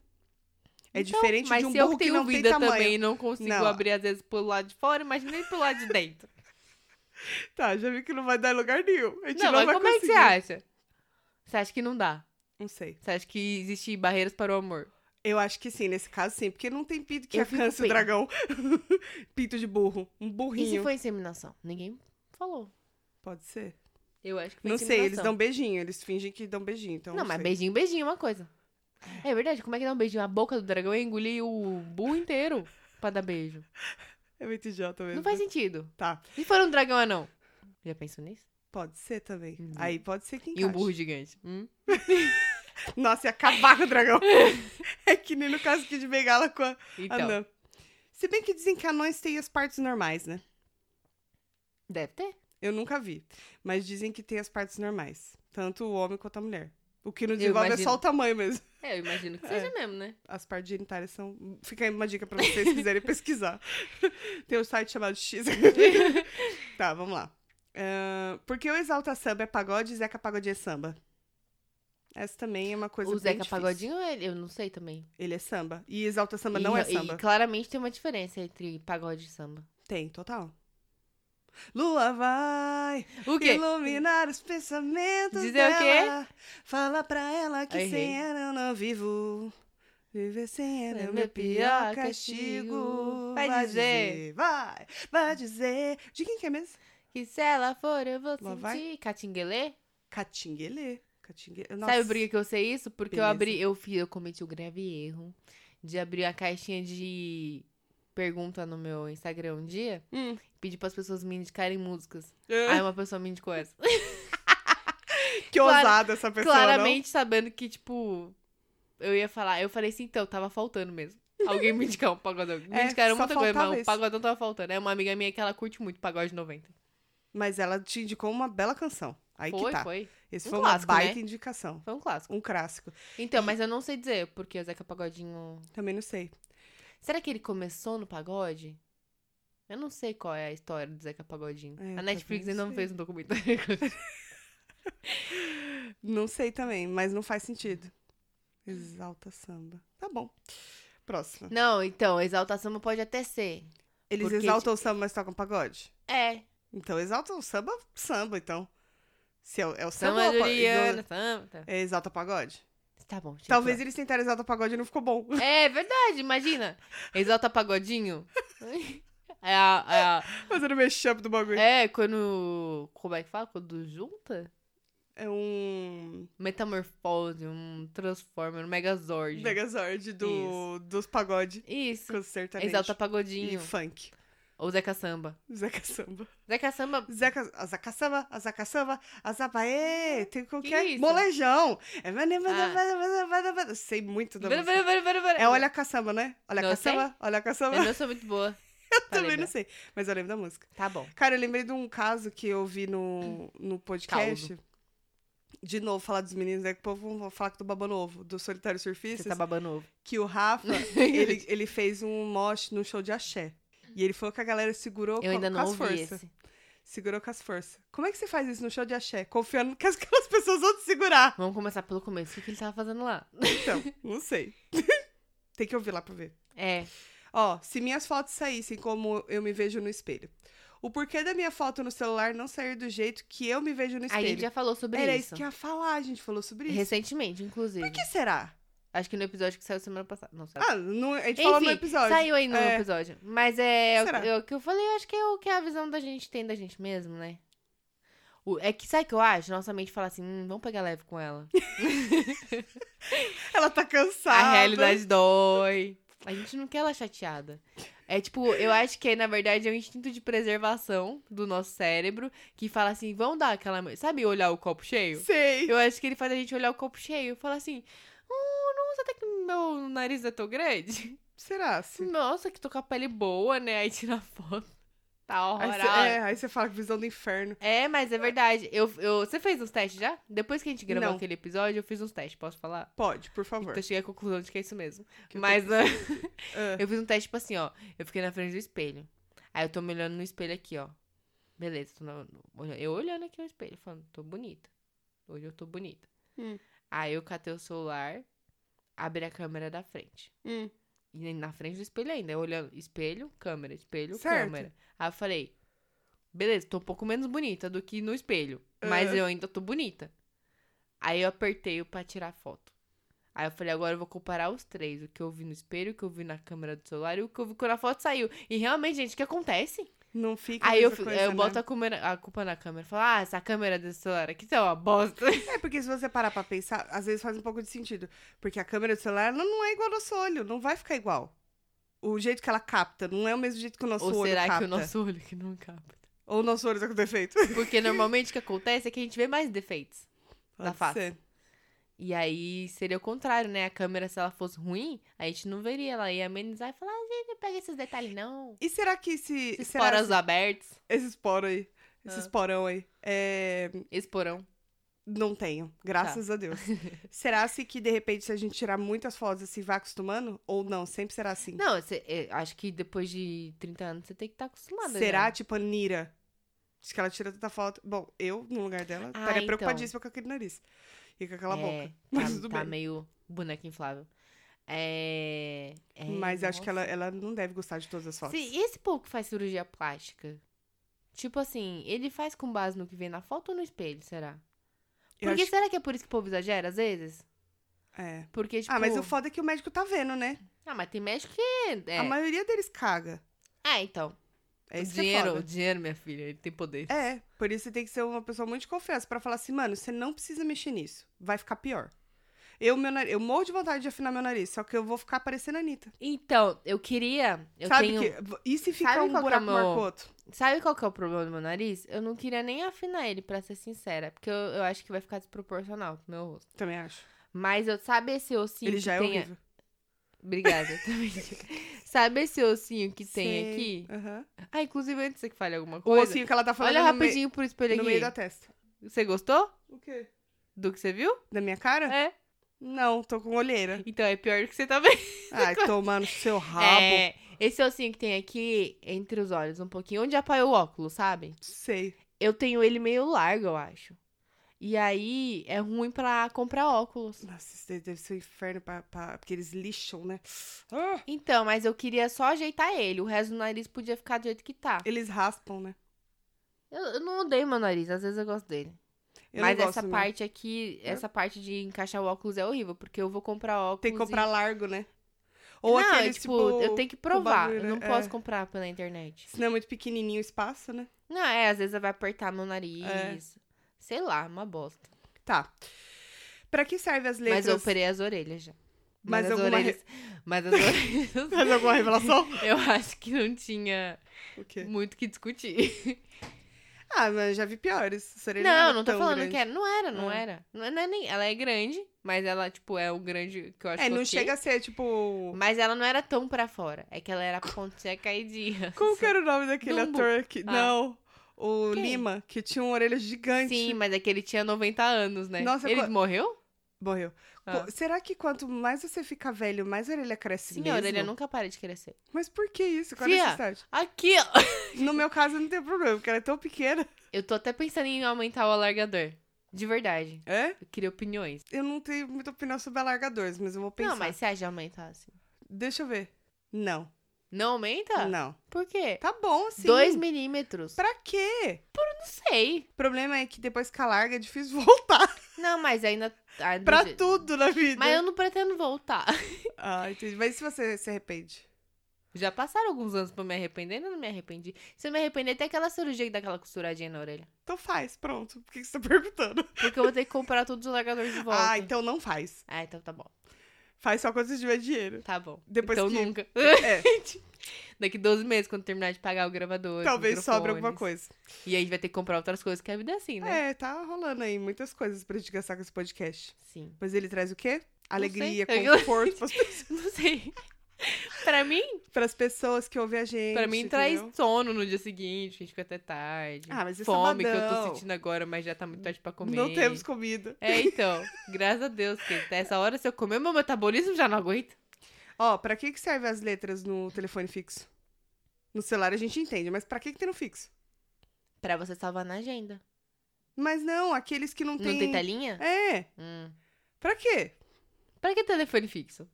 S1: É
S2: Então,
S1: diferente
S2: mas
S1: de um
S2: se eu
S1: burro
S2: que tenho
S1: que não
S2: vida
S1: tem tamanho.
S2: também e não consigo
S1: Não.
S2: abrir às vezes pelo lado de fora, imagina nem pelo lado de dentro.
S1: Tá, já vi que não vai dar em lugar nenhum. A gente
S2: não,
S1: não,
S2: mas
S1: vai
S2: como é que
S1: conseguir.
S2: você acha? Você acha que não dá?
S1: Não sei.
S2: Você acha que existem barreiras para o amor?
S1: Eu acho que sim, nesse caso sim, porque não tem pinto que
S2: Eu fico
S1: alcance o
S2: bem.
S1: dragão. pinto de burro. Um
S2: E se
S1: burrinho.
S2: foi inseminação? Ninguém falou.
S1: Pode ser.
S2: Eu acho que foi
S1: Não sei, eles
S2: inseminação.
S1: dão beijinho, eles fingem que dão beijinho. Então
S2: Não, mas
S1: sei.
S2: beijinho, beijinho é uma coisa. É verdade, como é que dá um beijinho? A boca do dragão é engolir o burro inteiro pra dar beijo.
S1: É muito idiota mesmo.
S2: Não faz sentido.
S1: Tá.
S2: E se for um dragão anão? Já pensou nisso?
S1: Pode ser também.
S2: Uhum.
S1: Aí pode ser que encaixe.
S2: E um burro então. gigante. Hum?
S1: Nossa, ia acabar com o dragão. é que nem no caso aqui de Bengala com a
S2: Então,
S1: Anã. Se bem que dizem que anões têm as partes normais, né?
S2: deve ter.
S1: Eu nunca vi. Mas dizem que tem as partes normais. Tanto o homem quanto a mulher. O que não
S2: Eu
S1: desenvolve é
S2: imagino.
S1: só o tamanho mesmo.
S2: É, eu imagino que seja mesmo, né?
S1: As partes genitárias são. Fica aí uma dica pra vocês quiserem pesquisar. Tem um site chamado X. tá, vamos lá. Ahn, por que o Exalta Samba é pagode e Zeca Pagodinho é samba? Essa também é uma coisa
S2: o
S1: bem
S2: Zeca
S1: difícil.
S2: Pagodinho, ele- eu não sei também.
S1: Ele é samba. E Exalta Samba não
S2: e,
S1: é
S2: e
S1: samba.
S2: claramente tem uma diferença entre pagode e samba.
S1: Tem, total. Lua vai
S2: O quê?
S1: iluminar os pensamentos
S2: Dizer o quê?
S1: dela. Fala pra ela que
S2: Eu errei.
S1: sem ela eu não vivo. Viver sem ela é
S2: É
S1: o
S2: meu
S1: meu pior
S2: pior
S1: castigo.
S2: castigo. Vai dizer.
S1: Vai, vai dizer. De quem que é mesmo?
S2: Que se ela for, eu vou
S1: Lá vai.
S2: sentir. Catinguelê?
S1: Catinguelê. Catingueira.
S2: Sabe
S1: Nossa.
S2: o briga que eu sei isso? Porque eu
S1: Beleza.
S2: abri, eu fiz, eu cometi o grave erro de abrir a caixinha de pergunta no meu Instagram um dia,
S1: Hum.
S2: pedi para as pessoas me indicarem músicas.
S1: É,
S2: Aí uma pessoa me indicou essa.
S1: que
S2: clara-
S1: ousada essa pessoa,
S2: Claramente sabendo que tipo eu ia falar, eu falei assim, então tava faltando mesmo. Alguém me indicar um pagodão. Me
S1: É,
S2: indicaram
S1: só
S2: muita coisa,
S1: faltava
S2: mas o
S1: isso.
S2: pagodão tava faltando. É uma amiga minha que ela curte muito pagode 90.
S1: não. Mas ela te indicou uma bela canção. Aí
S2: foi,
S1: que tá.
S2: foi.
S1: Esse
S2: Um
S1: foi
S2: clássico,
S1: uma baita
S2: né?
S1: indicação.
S2: Foi um clássico.
S1: Um clássico.
S2: Então, mas eu não sei dizer, porque o Zeca Pagodinho
S1: Também não sei.
S2: Será que ele começou no pagode? Eu não sei qual é a história do Zeca Pagodinho.
S1: É, eu
S2: a
S1: também
S2: Netflix
S1: não
S2: ainda não
S1: sei.
S2: fez um documentário.
S1: Não sei também, mas não faz sentido. Exalta samba. Tá bom. Próxima.
S2: não, então, Exalta Samba pode até ser.
S1: Eles
S2: Porque,
S1: exaltam o samba, mas tocam pagode?
S2: É.
S1: Então exaltam o samba, samba, então. Se é, o- é o samba.
S2: Samba
S1: ou a pa-
S2: Juliana, samba. Tá,
S1: É, exalta pagode?
S2: Tá bom. deixa eu
S1: Talvez eles tentaram exaltar pagode e não ficou bom.
S2: falar. É verdade, imagina. Exalta Pagodinho. É, a,
S1: Fazendo mashup do
S2: é,
S1: bagulho.
S2: a- é quando. Como é que fala? Quando junta?
S1: É um
S2: Metamorfose, um Transformer, um Megazord.
S1: Megazord do, dos pagode.
S2: Isso.
S1: Com sertanejo.
S2: Exalta
S1: E
S2: Pagodinho.
S1: funk.
S2: Ou Zeca Samba.
S1: Zeca Samba.
S2: Zeca Samba
S1: Zeca, a Zeca Samba, a Zeca Samba, a Zapa, ê, tem qualquer...
S2: Que isso? Ah.
S1: Molejão. É... Sei muito da
S2: Bora,
S1: música.
S2: bora, bora, bora, bora.
S1: É Olha a Caçamba, né? Olha a
S2: Não sei.
S1: Caçamba, olha a
S2: Eu
S1: Caçamba.
S2: não sou muito boa.
S1: Eu também não sei, mas eu lembro da música.
S2: Tá bom.
S1: Cara, eu lembrei de um caso que eu vi no, no podcast. De novo, falar dos meninos, né? Que o povo vai falar que do Baba Novo, do Solitário Surfista.
S2: Você tá babando ovo.
S1: Que o Rafa, ele, ele fez um mosh no show de axé. E ele falou que a galera segurou
S2: Eu
S1: com,
S2: ainda
S1: com
S2: não
S1: as
S2: ouvi
S1: forças.
S2: esse.
S1: Segurou com as forças. Como é que você faz isso no show de axé? Confiando que as, que as pessoas vão te segurar.
S2: Vamos começar pelo começo. O que que ele tava fazendo lá?
S1: Então, não sei. Tem que ouvir lá pra ver.
S2: É.
S1: Ó, se minhas fotos saíssem como eu me vejo no espelho. O porquê da minha foto no celular não sair do jeito que eu me vejo no
S2: A
S1: espelho?
S2: gente já falou sobre
S1: Era isso
S2: isso.
S1: que eu ia falar, a gente falou sobre isso.
S2: Recentemente, inclusive.
S1: Por que será?
S2: Acho que no episódio que saiu semana passada. Não, saiu.
S1: Ah, não, a gente
S2: Enfim,
S1: falou no episódio.
S2: saiu aí no
S1: É.
S2: episódio. Mas é o,
S1: Será?
S2: é o que eu falei, eu acho que é o que a visão da gente tem da gente mesmo, né? O- é que sabe o que eu acho? Nossa mente fala assim, hum, vamos pegar leve com ela.
S1: Ela tá cansada.
S2: A realidade dói. A gente não quer ela chateada. É tipo, eu acho que na verdade é um instinto de preservação do nosso cérebro que fala assim: vamos dar aquela. Sabe olhar o copo cheio?
S1: Sei.
S2: é Eu acho que ele faz a gente olhar o copo cheio e falar assim: oh, nossa, até que meu nariz é tão grande.
S1: Será? Sim.
S2: Nossa, que tô com a pele boa, né? Aí tira a foto. Tá
S1: Aí
S2: horrorosa.
S1: cê- é, aí você fala que visão do inferno.
S2: É, mas é verdade. Eu, eu, você fez uns testes já? Depois que a gente gravou
S1: Não.
S2: aquele episódio, eu fiz uns testes, posso falar?
S1: Pode, por favor.
S2: Então eu cheguei à conclusão de que é isso mesmo.
S1: Que eu tô-
S2: Mas
S1: Ah.
S2: eu fiz um teste, tipo assim, ó. Eu fiquei na frente do espelho. Aí eu tô me olhando no espelho aqui, ó. Beleza, tô na- olha- eu olhando aqui no espelho, falando, tô bonita. Hoje eu tô bonita.
S1: Hum.
S2: Aí eu catei o celular, abri a câmera da frente.
S1: Hum.
S2: E nem na frente do espelho ainda, eu olhando, espelho, câmera, espelho,
S1: Certo.
S2: câmera. Aí eu falei, beleza, tô um pouco menos bonita do que no espelho, mas
S1: Ah.
S2: eu ainda tô bonita. Aí eu apertei o pra tirar foto. Aí eu falei, agora eu vou comparar os três, o que eu vi no espelho, o que eu vi na câmera do celular e o que eu vi quando a foto saiu. E realmente, gente, o que acontece?
S1: Não fica.
S2: Aí eu,
S1: nessa
S2: fi-
S1: coisa,
S2: eu
S1: né?
S2: boto a, câmera- a culpa na câmera, falo, ah, essa câmera do celular aqui tá uma bosta.
S1: É porque se você parar pra pensar, às vezes faz um pouco de sentido. Porque a câmera do celular ela não é igual ao nosso olho, não vai ficar igual. O jeito que ela capta não é o mesmo jeito que o nosso
S2: Ou
S1: olho
S2: será
S1: capta.
S2: que o nosso olho que não capta?
S1: Ou o nosso olho tá com defeito.
S2: Porque normalmente o que acontece é que a gente vê mais defeitos. Da
S1: Pode
S2: face.
S1: ser.
S2: E aí seria o contrário, né? A câmera, se ela fosse ruim, a gente não veria. Ela ia amenizar e falar, ah, gente, não pega esses detalhes, não.
S1: E será que se...
S2: Esses
S1: será
S2: poros abertos,
S1: Esses poros aí. Esses
S2: Ah.
S1: porão aí. É,
S2: esse porão.
S1: Não tenho,
S2: Tá.
S1: graças a Deus. será se que, de repente, se a gente tirar muitas fotos assim, vai acostumando? Ou não? Sempre será assim?
S2: Não, cê- é, acho que depois de 30 anos você tem que estar acostumada.
S1: será,
S2: né?
S1: tipo, a Nira? Diz que ela tira tanta foto. Bom, eu, no lugar dela,
S2: Ah,
S1: estaria
S2: então.
S1: preocupadíssima com aquele nariz. E com aquela
S2: É,
S1: boca. Mas
S2: tá,
S1: tudo
S2: tá
S1: bem.
S2: meio boneca inflável. É. é,
S1: Mas acho que
S2: nossa.
S1: ela, ela não deve gostar de todas as fotos.
S2: Se esse povo que faz cirurgia plástica, tipo assim, ele faz com base no que vem na foto ou no espelho, será?
S1: Eu
S2: Porque
S1: acho-
S2: será que é por isso que o povo exagera às vezes?
S1: é.
S2: Porque, tipo.
S1: Ah, mas o foda é que o médico tá vendo, né?
S2: Ah, mas tem médico que. É,
S1: A maioria deles caga.
S2: Ah, então.
S1: É isso que é
S2: dinheiro,
S1: foda.
S2: o dinheiro, minha filha, ele tem poder.
S1: É, por isso você tem que ser uma pessoa muito de confiança pra falar assim, mano, você não precisa mexer nisso. Vai ficar pior. Eu, meu nariz, eu morro de vontade de afinar meu nariz, só que eu vou ficar parecendo a Anitta.
S2: Então, eu queria. Eu
S1: Sabe
S2: tenho.
S1: que. E se ficar
S2: Sabe
S1: um
S2: qual que é
S1: buraco
S2: o meu-
S1: marcoto?
S2: Sabe qual que é o problema do meu nariz? Eu não queria nem afinar ele, pra ser sincera. Porque eu, eu acho que vai ficar desproporcional pro meu rosto.
S1: Também acho.
S2: Mas eu sabe esse ossinho
S1: Ele
S2: que
S1: já é
S2: tem. a-
S1: horrível.
S2: Obrigada, eu também. sabe esse ossinho que tem
S1: Sei.
S2: aqui?
S1: Aham.
S2: Ah, inclusive antes que fale alguma
S1: O
S2: coisa.
S1: ossinho que ela tá falando
S2: Olha
S1: é no, mei-
S2: rapidinho pro espelho
S1: no
S2: aqui.
S1: meio da testa.
S2: Você gostou
S1: O quê?
S2: do que você viu?
S1: Da minha cara?
S2: É.
S1: Não, tô com olheira.
S2: Então é pior do que você tá vendo.
S1: Ai, tomando seu rabo.
S2: É, esse ossinho que tem aqui, entre os olhos, um pouquinho, onde apoia o óculos, sabe?
S1: Sei.
S2: Eu tenho ele meio largo, eu acho. E aí é ruim pra comprar óculos.
S1: Nossa, isso daí deve ser um inferno pra, pra- porque eles lixam, né? Ah,
S2: Então, mas eu queria só ajeitar ele. O resto do nariz podia ficar do jeito que tá.
S1: eles raspam, né?
S2: Eu, eu não odeio meu nariz, às vezes eu gosto dele.
S1: Eu
S2: mas
S1: não gosto, né? É?
S2: essa
S1: não.
S2: parte aqui, essa parte de encaixar o óculos é horrível, porque eu vou comprar óculos.
S1: Tem que comprar
S2: e...
S1: largo, né? Ou
S2: não,
S1: aquele,
S2: é,
S1: tipo,
S2: eu tenho que provar.
S1: bagulho,
S2: eu não
S1: né?
S2: posso
S1: É.
S2: comprar pela internet.
S1: Se não é muito pequenininho o espaço, né?
S2: Não, é, às vezes vai apertar meu nariz.
S1: É.
S2: Sei lá, uma bosta.
S1: Tá. Pra que serve as letras?
S2: Mas eu operei as orelhas já.
S1: Mais
S2: as
S1: alguma re-
S2: orelhas. Mas as orelhas.
S1: Faz alguma revelação?
S2: Eu acho que não tinha
S1: o quê?
S2: muito o que discutir.
S1: Ah, mas já vi piores. Sua orelha
S2: não,
S1: era
S2: não tô
S1: tão
S2: falando
S1: grande.
S2: que era. Não era, não
S1: Ah.
S2: era. Não, é- não é nem. Ela é grande, mas ela, tipo, é o grande que eu acho
S1: É,
S2: que
S1: não
S2: ok.
S1: chega a ser, tipo...
S2: Mas ela não era tão pra fora. É que ela era pontinha caidinha.
S1: Qual que era o nome daquele
S2: é Dumbo.
S1: ator que...
S2: Ah.
S1: Não, o
S2: Quem?
S1: Lima, que tinha uma orelha gigante.
S2: Sim, mas é que ele tinha 90 anos, né?
S1: Nossa,
S2: ele
S1: co-
S2: morreu?
S1: Morreu. Pô,
S2: Ah.
S1: será que quanto mais você fica velho, mais a orelha cresce
S2: Sim, a
S1: mesmo?
S2: orelha nunca para de crescer.
S1: Mas por que isso? Qual a
S2: Fia.
S1: necessidade?
S2: Aqui, ó.
S1: No meu caso, não tem problema, porque ela é tão pequena.
S2: Eu tô até pensando em aumentar o alargador. De verdade.
S1: É?
S2: Eu queria opiniões.
S1: Eu não tenho muita opinião sobre alargadores, mas eu vou pensar.
S2: Não, mas se a já aumentasse.
S1: Deixa eu ver. Não.
S2: assim? Não aumenta?
S1: Não.
S2: Por quê?
S1: Tá bom, assim.
S2: 2 milímetros.
S1: Pra quê?
S2: Não sei.
S1: O problema é que depois que alarga é difícil voltar
S2: Não, mas ainda. ah, do
S1: pra
S2: je-
S1: tudo né? na vida.
S2: Mas eu não pretendo voltar.
S1: Ah, entendi. Mas e se você se arrepende?
S2: Já passaram alguns anos pra eu me arrepender, ainda não me arrependi. Se eu me arrepender, até aquela cirurgia que dá aquela costuradinha na orelha.
S1: Então faz, pronto. Por que que você tá perguntando?
S2: Porque eu vou ter que comprar todos os largadores de volta.
S1: Ah, então não faz.
S2: Ah, então tá bom.
S1: Faz só quando você tiver dinheiro.
S2: Tá bom.
S1: Depois
S2: então
S1: que-
S2: nunca.
S1: É,
S2: Daqui 12 meses, quando terminar de pagar o gravador. os
S1: talvez sobre
S2: microfones.
S1: alguma coisa.
S2: E aí vai ter que comprar outras coisas, que a vida é assim, né?
S1: É, tá rolando aí muitas coisas pra gente gastar com esse podcast.
S2: Sim.
S1: Pois ele traz o quê? Alegria,
S2: sei.
S1: conforto pras,
S2: Não sei. pra mim,
S1: pras pessoas que ouvem a gente.
S2: pra mim traz
S1: entendeu?
S2: sono no dia seguinte, a gente fica até tarde.
S1: Ah, mas é
S2: Fome que eu tô
S1: sabadão.
S2: sentindo agora, mas já tá muito tarde pra comer.
S1: Não temos comida.
S2: É, então. Graças a Deus, que até essa hora, se eu comer, meu metabolismo já não aguenta.
S1: Ó, pra que que serve as letras no telefone fixo? No celular a gente entende, mas pra que que tem no fixo?
S2: Pra você salvar na agenda.
S1: Mas não, aqueles que não tem...
S2: Não tem telinha?
S1: É,
S2: Hum.
S1: pra quê?
S2: Pra que telefone fixo?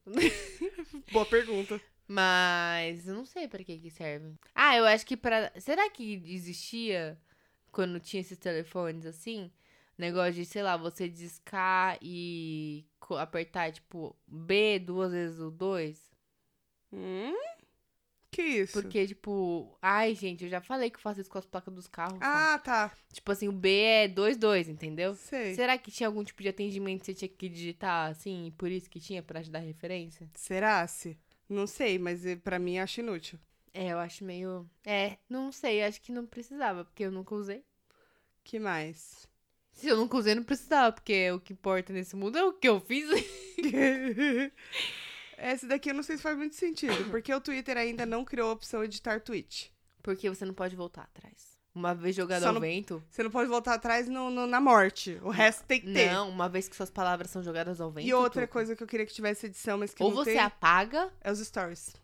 S1: Boa pergunta.
S2: Mas eu não sei pra que que serve. Ah, eu acho que pra. Será que existia quando tinha esses telefones assim? Negócio de, sei lá, você discar e co- apertar, tipo, B duas vezes o 2.
S1: Hum? Que isso?
S2: Porque, tipo, ai, gente, eu já falei que eu faço isso com as placas dos carros. tá?
S1: Ah, tá.
S2: Tipo assim, o B é 2-2, entendeu?
S1: Sei.
S2: Será que tinha algum tipo de atendimento que você tinha que digitar assim? e Por isso que tinha pra ajudar a referência?
S1: Será-se? Não sei, mas eh, pra mim eu acho inútil.
S2: É, eu acho meio. É, não sei, acho que não precisava, porque eu nunca usei.
S1: Que mais?
S2: Se eu nunca usei, não precisava, porque o que importa nesse mundo é o que eu fiz.
S1: Essa daqui eu não sei se faz muito sentido, porque o Twitter ainda não criou a opção editar tweet.
S2: Porque você não pode voltar atrás. Uma vez jogado
S1: Só
S2: ao
S1: no-
S2: vento.
S1: Você não pode voltar atrás no- no- na morte. O resto tem que ter.
S2: Não, uma vez que suas palavras são jogadas ao vento.
S1: e outra
S2: Tuca.
S1: coisa que eu queria que tivesse edição, mas que
S2: Ou
S1: não
S2: você
S1: tem,
S2: apaga.
S1: é os stories.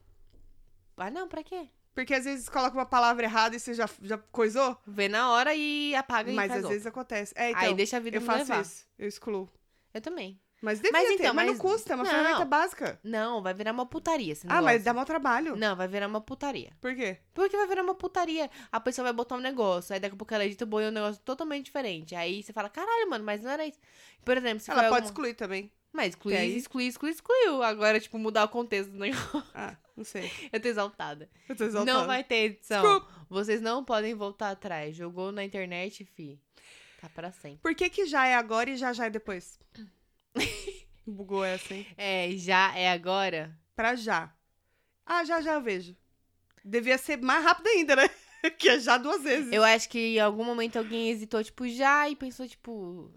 S2: Ah, não, pra quê?
S1: Porque às vezes coloca uma palavra errada e você já, já coisou,
S2: Vê na hora e apaga e
S1: mas
S2: faz
S1: às
S2: outra.
S1: vezes acontece. É, então,
S2: Aí deixa a vida
S1: eu
S2: me
S1: faço
S2: levar.
S1: isso. Eu excluo.
S2: Eu também.
S1: Mas devia ter,
S2: então,
S1: mas, não
S2: mas-
S1: custa, é uma
S2: não.
S1: ferramenta básica.
S2: Não, vai virar uma putaria esse
S1: Ah,
S2: negócio.
S1: mas dá mau trabalho.
S2: Não, vai virar uma putaria.
S1: Por quê?
S2: Porque vai virar uma putaria. A pessoa vai botar um negócio, aí daqui a pouco ela edita é e põe um negócio totalmente diferente. Aí você fala, caralho, mano, mas não era isso. Por exemplo, se
S1: Ela
S2: foi
S1: pode
S2: alguma-
S1: excluir também.
S2: Mas excluir, é
S1: Até aí-
S2: excluir, excluir, excluiu. Agora, tipo, mudar o contexto do negócio.
S1: Ah, não sei.
S2: Eu tô exaltada.
S1: Eu tô exaltando.
S2: Não vai ter edição.
S1: Desculpa.
S2: Vocês não podem voltar atrás. Jogou na internet, fi. Tá pra sempre.
S1: Por que que já é agora e já já é depois? Bugou essa, hein?
S2: É, já é agora?
S1: Pra já. Ah, já já eu vejo. Devia ser mais rápido ainda, né? que é já duas vezes.
S2: Eu acho que em algum momento alguém hesitou, tipo, já, e pensou, tipo,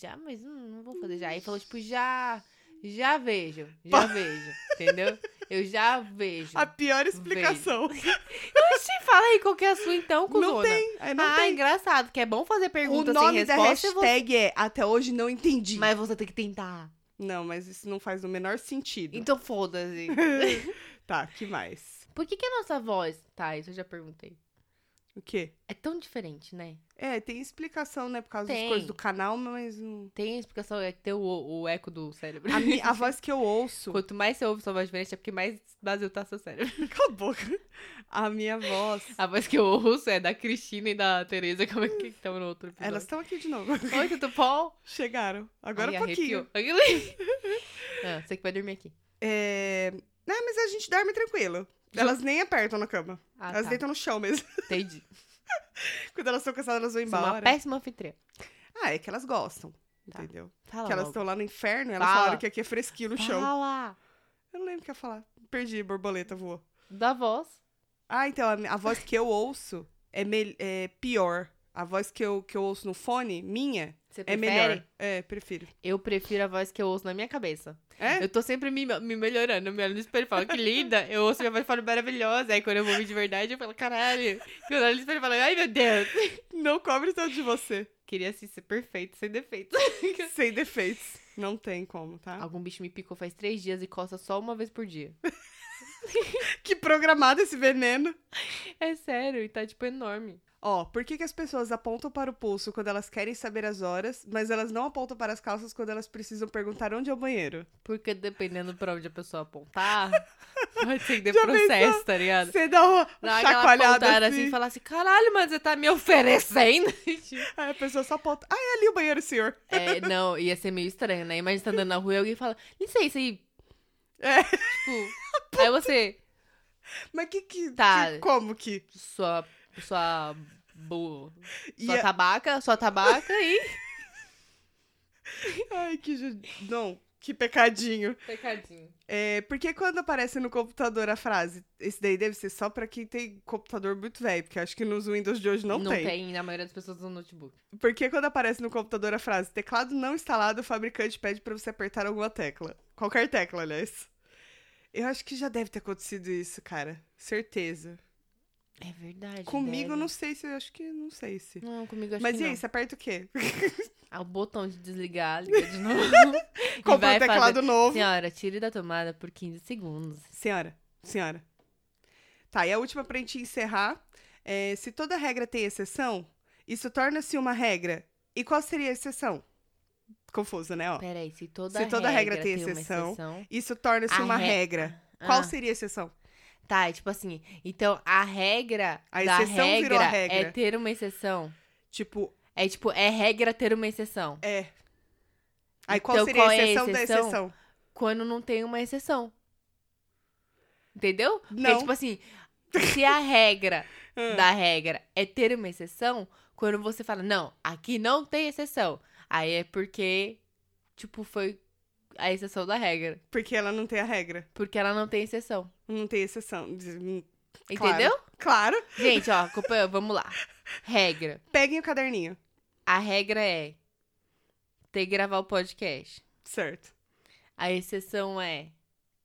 S2: já, mas hum, não vou fazer já. E falou, tipo, já, já vejo, já vejo, entendeu? Eu já vejo.
S1: A pior explicação.
S2: Oxi, Ah, fala aí qual que é a sua então, cuzona.
S1: Não tem. É, não
S2: ah,
S1: tem.
S2: engraçado, que é bom fazer
S1: O
S2: pergunta sem
S1: nome da
S2: resposta, eu vou-
S1: hashtag é Até hoje não entendi.
S2: mas você tem que tentar.
S1: Não, mas isso não faz o menor sentido.
S2: Então foda-se.
S1: Tá, que mais?
S2: Por que que a nossa voz, tá, isso eu já perguntei,
S1: O quê?
S2: é tão diferente, né?
S1: É, tem explicação, né? Por causa das
S2: Tem.
S1: coisas do canal, mas não.
S2: Tem a explicação, é que tem o, o eco do cérebro.
S1: A, mi- a voz que eu ouço.
S2: Quanto mais você ouve sua voz diferente, é porque mais vazio tá seu cérebro.
S1: Cala a boca. A minha voz.
S2: A voz que eu ouço é da Cristina e da Tereza, como é que estão no outro episódio.
S1: Elas estão aqui de novo.
S2: Oi, tudo bom?
S1: Chegaram. Agora
S2: Ai,
S1: um pouquinho.
S2: arrepiou. ah, você que vai dormir aqui.
S1: É... Não, mas a gente dorme tranquilo. Elas nem apertam na cama.
S2: Ah,
S1: elas
S2: tá.
S1: deitam no chão mesmo.
S2: Entendi.
S1: Quando elas estão cansadas, elas vão
S2: Sou uma
S1: embora.
S2: péssima anfitriã.
S1: Ah, é que elas gostam.
S2: Tá.
S1: Entendeu?
S2: Fala
S1: que elas
S2: logo.
S1: estão lá no inferno e elas
S2: Fala.
S1: falaram que aqui é fresquinho no chão.
S2: Fala.
S1: Eu não lembro o que eu ia falar. Perdi, borboleta voou.
S2: Da voz.
S1: Ah, então, a, mi- a voz que eu ouço é, mel- é pior. A voz que eu, que eu ouço no fone, minha,
S2: Você
S1: é
S2: prefere?
S1: melhor. É, prefiro.
S2: Eu prefiro a voz que eu ouço na minha cabeça.
S1: É?
S2: Eu tô sempre me, me melhorando. Eu me olho no espelho e falo, que linda. Eu ouço minha voz e falo, maravilhosa. Aí quando eu vou ouvir de verdade, eu falo, caralho. Quando eu olho no espelho, eu falo, ai meu Deus.
S1: Não cobre tanto de você.
S2: Queria assim, ser perfeito, sem defeito.
S1: Sem defeitos. Não tem como, tá?
S2: Algum bicho me picou faz três dias e coça só uma vez por dia.
S1: Que programado esse veneno.
S2: É sério, e tá tipo enorme.
S1: Ó, por que, que as pessoas apontam para o pulso quando elas querem saber as horas, mas elas não apontam para as calças quando elas precisam perguntar onde é o banheiro?
S2: Porque dependendo pra onde a pessoa apontar, pode ser que dê
S1: Já
S2: processo, tá ligado?
S1: Você dá uma
S2: Dá aquela
S1: chacoalhada
S2: apontada
S1: assim.
S2: e falar assim, caralho, mas você tá me oferecendo. Tipo,
S1: Aí a pessoa só aponta. Ah, é ali o banheiro, senhor.
S2: é, não, ia ser meio estranho, né? Imagina você tá andando na rua e alguém fala, licença aí.
S1: É.
S2: Tipo, aí você,
S1: Mas que que...
S2: Tá.
S1: que- como que...
S2: sua, sua, bu,
S1: E
S2: sua
S1: a-
S2: tabaca, sua tabaca e...
S1: Ai, que... ju- Não, que pecadinho.
S2: Pecadinho.
S1: É, porque quando aparece no computador a frase, esse daí deve ser só pra quem tem computador muito velho, porque acho que nos Windows de hoje não,
S2: não tem, na maioria das pessoas no notebook.
S1: Porque quando aparece no computador a frase teclado não instalado, o fabricante pede pra você apertar alguma tecla. Qualquer tecla, aliás. Eu acho que já deve ter acontecido isso, cara. Certeza.
S2: É verdade.
S1: Comigo,
S2: deve.
S1: não sei se. eu Acho que não sei se.
S2: Não, comigo acho
S1: Mas
S2: que
S1: e
S2: não.
S1: aí, você aperta o quê?
S2: Ah, o botão de desligar, liga de novo. E
S1: Compra um
S2: vai
S1: teclado
S2: fazer-
S1: novo.
S2: Senhora, tire da tomada por 15 segundos.
S1: Senhora, senhora. Tá, e a última pra gente encerrar. É, se toda regra tem exceção, isso torna-se uma regra. E qual seria a exceção? Confuso, né? Ó.
S2: Peraí, se toda,
S1: Se toda regra tem
S2: uma
S1: exceção,
S2: exceção-
S1: Isso torna-se
S2: A
S1: uma
S2: re-
S1: regra. Qual
S2: Ah,
S1: seria a exceção?
S2: Tá, é tipo assim, então a regra
S1: A
S2: da
S1: exceção
S2: regra,
S1: virou a regra.
S2: é ter uma exceção.
S1: Tipo,
S2: É tipo, é regra ter uma exceção.
S1: é. Aí qual
S2: Então,
S1: seria
S2: qual
S1: a
S2: é a
S1: exceção, da
S2: exceção?
S1: exceção?
S2: Quando não tem uma exceção. Entendeu? Porque,
S1: Não.
S2: tipo assim, se a regra
S1: Ah.
S2: da regra é ter uma exceção, quando você fala, não, aqui não tem exceção. Aí é porque, tipo, foi a exceção da regra.
S1: Porque ela não tem a regra.
S2: Porque ela não tem exceção.
S1: Não tem exceção. Hum, Claro.
S2: Entendeu?
S1: Claro.
S2: Gente, ó, compa- vamos lá. Regra.
S1: Peguem o caderninho.
S2: A regra é ter que gravar o podcast.
S1: Certo.
S2: A exceção é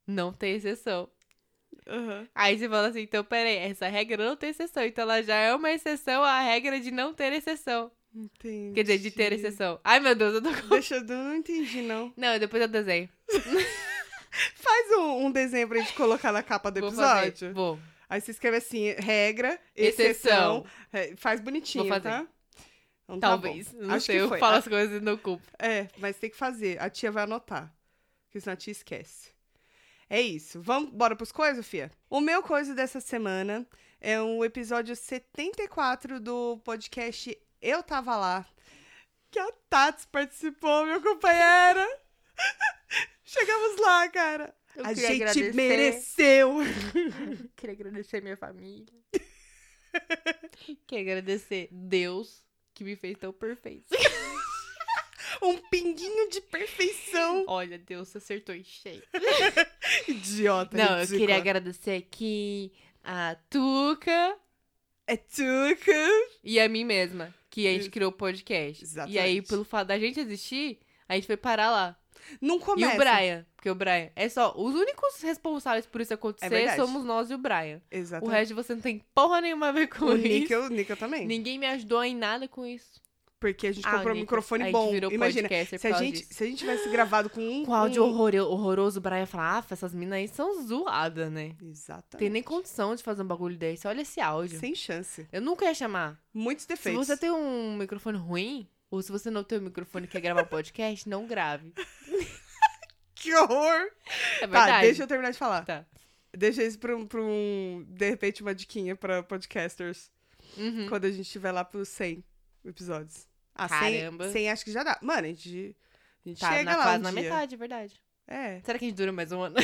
S2: não ter exceção.
S1: Aham.
S2: Aí você fala assim, então peraí, essa regra não tem exceção. Então ela já é uma exceção à regra de não ter exceção.
S1: Entendi.
S2: Quer dizer, de ter exceção. Ai, meu Deus, eu tô...
S1: Deixa eu... eu Não entendi, não.
S2: Não, depois eu desenho.
S1: Faz um, um desenho pra gente colocar na capa do
S2: Vou fazer.
S1: episódio.
S2: Vou.
S1: Aí você escreve assim, regra, exceção.
S2: Exceção.
S1: É, faz bonitinho,
S2: Vou fazer.
S1: tá? Então, tá
S2: Talvez.
S1: bom.
S2: não
S1: Acho
S2: sei,
S1: que
S2: eu
S1: foi.
S2: falo assim.
S1: A-
S2: as coisas e não culpo.
S1: É, mas tem que fazer. A tia vai anotar. Porque senão a tia esquece. É isso. Vamos, bora pros coisas, Fia? O meu coisa dessa semana é o episódio 74 do podcast Eu é Tava Lá. Que a Tats participou, meu companheiro. Chegamos lá, cara.
S2: Eu
S1: a
S2: queria
S1: gente
S2: agradecer.
S1: mereceu.
S2: Queria agradecer minha família. queria agradecer Deus que me fez tão perfeito.
S1: Um pinguinho de perfeição.
S2: Olha, Deus você acertou em cheio.
S1: Idiota.
S2: Não, eu
S1: ridícula.
S2: queria agradecer aqui a Tuca
S1: É tuca.
S2: e a mim mesma, que a gente
S1: Isso.
S2: criou o podcast.
S1: Exatamente.
S2: E aí, pelo fato da gente existir, a gente foi parar lá.
S1: Não começa.
S2: E o Brian, porque o Brian é só. Os únicos responsáveis por isso acontecer
S1: É verdade.
S2: somos nós e o Brian. O
S1: Exatamente.
S2: resto de você não tem porra nenhuma a ver com
S1: O
S2: isso.
S1: Nickel, o Nickel também.
S2: Ninguém me ajudou em nada com isso.
S1: Porque a gente
S2: Ah, o
S1: comprou um
S2: Nico.
S1: microfone
S2: Aí
S1: bom.
S2: A gente virou
S1: Imagina,
S2: podcaster
S1: se
S2: por
S1: a,
S2: causa
S1: gente,
S2: disso.
S1: se a gente tivesse gravado com um...
S2: Com áudio
S1: um...
S2: horror- horroroso, o Brian fala, ah, essas minas aí são zoadas, né?
S1: Exatamente.
S2: Tem nem condição de fazer um bagulho desse. Olha esse áudio.
S1: Sem chance.
S2: Eu nunca ia chamar.
S1: Muitos defeitos.
S2: Se você tem um microfone ruim, ou se você não tem um microfone que quer gravar podcast, não grave.
S1: Que horror!
S2: É verdade.
S1: Tá, deixa eu terminar de falar.
S2: Tá.
S1: Deixa isso pra um, pra um... De repente, uma diquinha pra podcasters.
S2: Uhum.
S1: Quando a gente tiver lá pros 100 episódios. Ah, 100
S2: Caramba.
S1: 100 acho que já dá. Mano, a gente, a gente
S2: Tá,
S1: chega
S2: na,
S1: lá
S2: quase
S1: um
S2: na
S1: dia.
S2: metade, é verdade.
S1: É.
S2: Será que a gente dura mais um ano?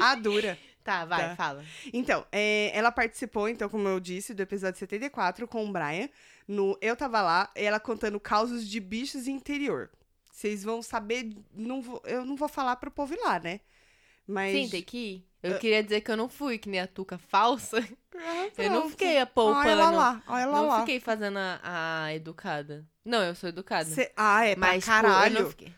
S1: A dura.
S2: tá, vai,
S1: Tá.
S2: fala.
S1: Então, é, ela participou, então, como eu disse, do episódio 74 com o Brian, no Eu Tava Lá, ela contando causos de bichos interior. Vocês vão saber, não vou- eu não vou falar pro povo ir lá, né? Mas...
S2: Sim, tem que ir. Eu queria dizer que eu não fui, que nem a Tuca falsa.
S1: Ah,
S2: Eu não
S1: pronto.
S2: fiquei a
S1: Olha
S2: poupando.
S1: ela lá, olha ela
S2: não
S1: lá.
S2: fiquei fazendo a, a educada. Não, eu sou educada.
S1: Cê- Ah, é, mas,
S2: mas tipo, eu não
S1: caralho.
S2: fiquei-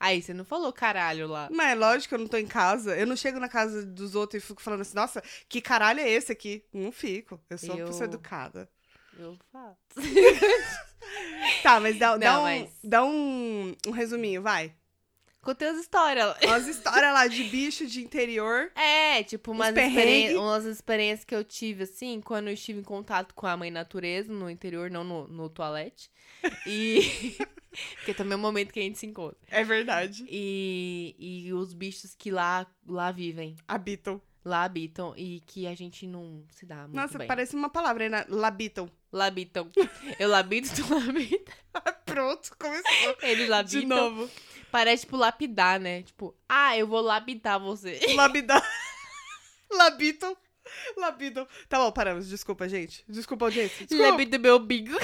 S2: Aí, você não falou caralho lá.
S1: Mas é lógico, eu não tô em casa. Eu não chego na casa dos outros e fico falando assim, nossa, que caralho é esse aqui? Não fico. Eu sou uma
S2: Eu-
S1: pessoa educada.
S2: Eu falo.
S1: Tá, mas dá, dá
S2: Não,
S1: um,
S2: mas-
S1: dá um, um resuminho, vai.
S2: Contei as histórias lá.
S1: Umas histórias lá de bicho de interior.
S2: É, tipo,
S1: Uns
S2: umas,
S1: perrengue.
S2: experi- umas experiências que eu tive, assim, quando eu estive em contato com a mãe natureza no interior, não no, no toalete. E. Porque também é o momento que a gente se encontra.
S1: É verdade.
S2: E, e os bichos que lá, lá vivem,
S1: Habitam.
S2: lá habitam e que a gente não se dá muito
S1: Nossa,
S2: bem.
S1: parece uma palavra, né? Labitam.
S2: Labitam. Eu labito, tu labita.
S1: Pronto, começou.
S2: Eles
S1: De
S2: labitam.
S1: novo.
S2: Parece, tipo, lapidar, né? Tipo, ah, eu vou labitar você.
S1: Labidar. Labitam. Labitam. Tá bom, paramos. Desculpa, gente. Desculpa, audiência. Desculpa.
S2: Labita meu bigo.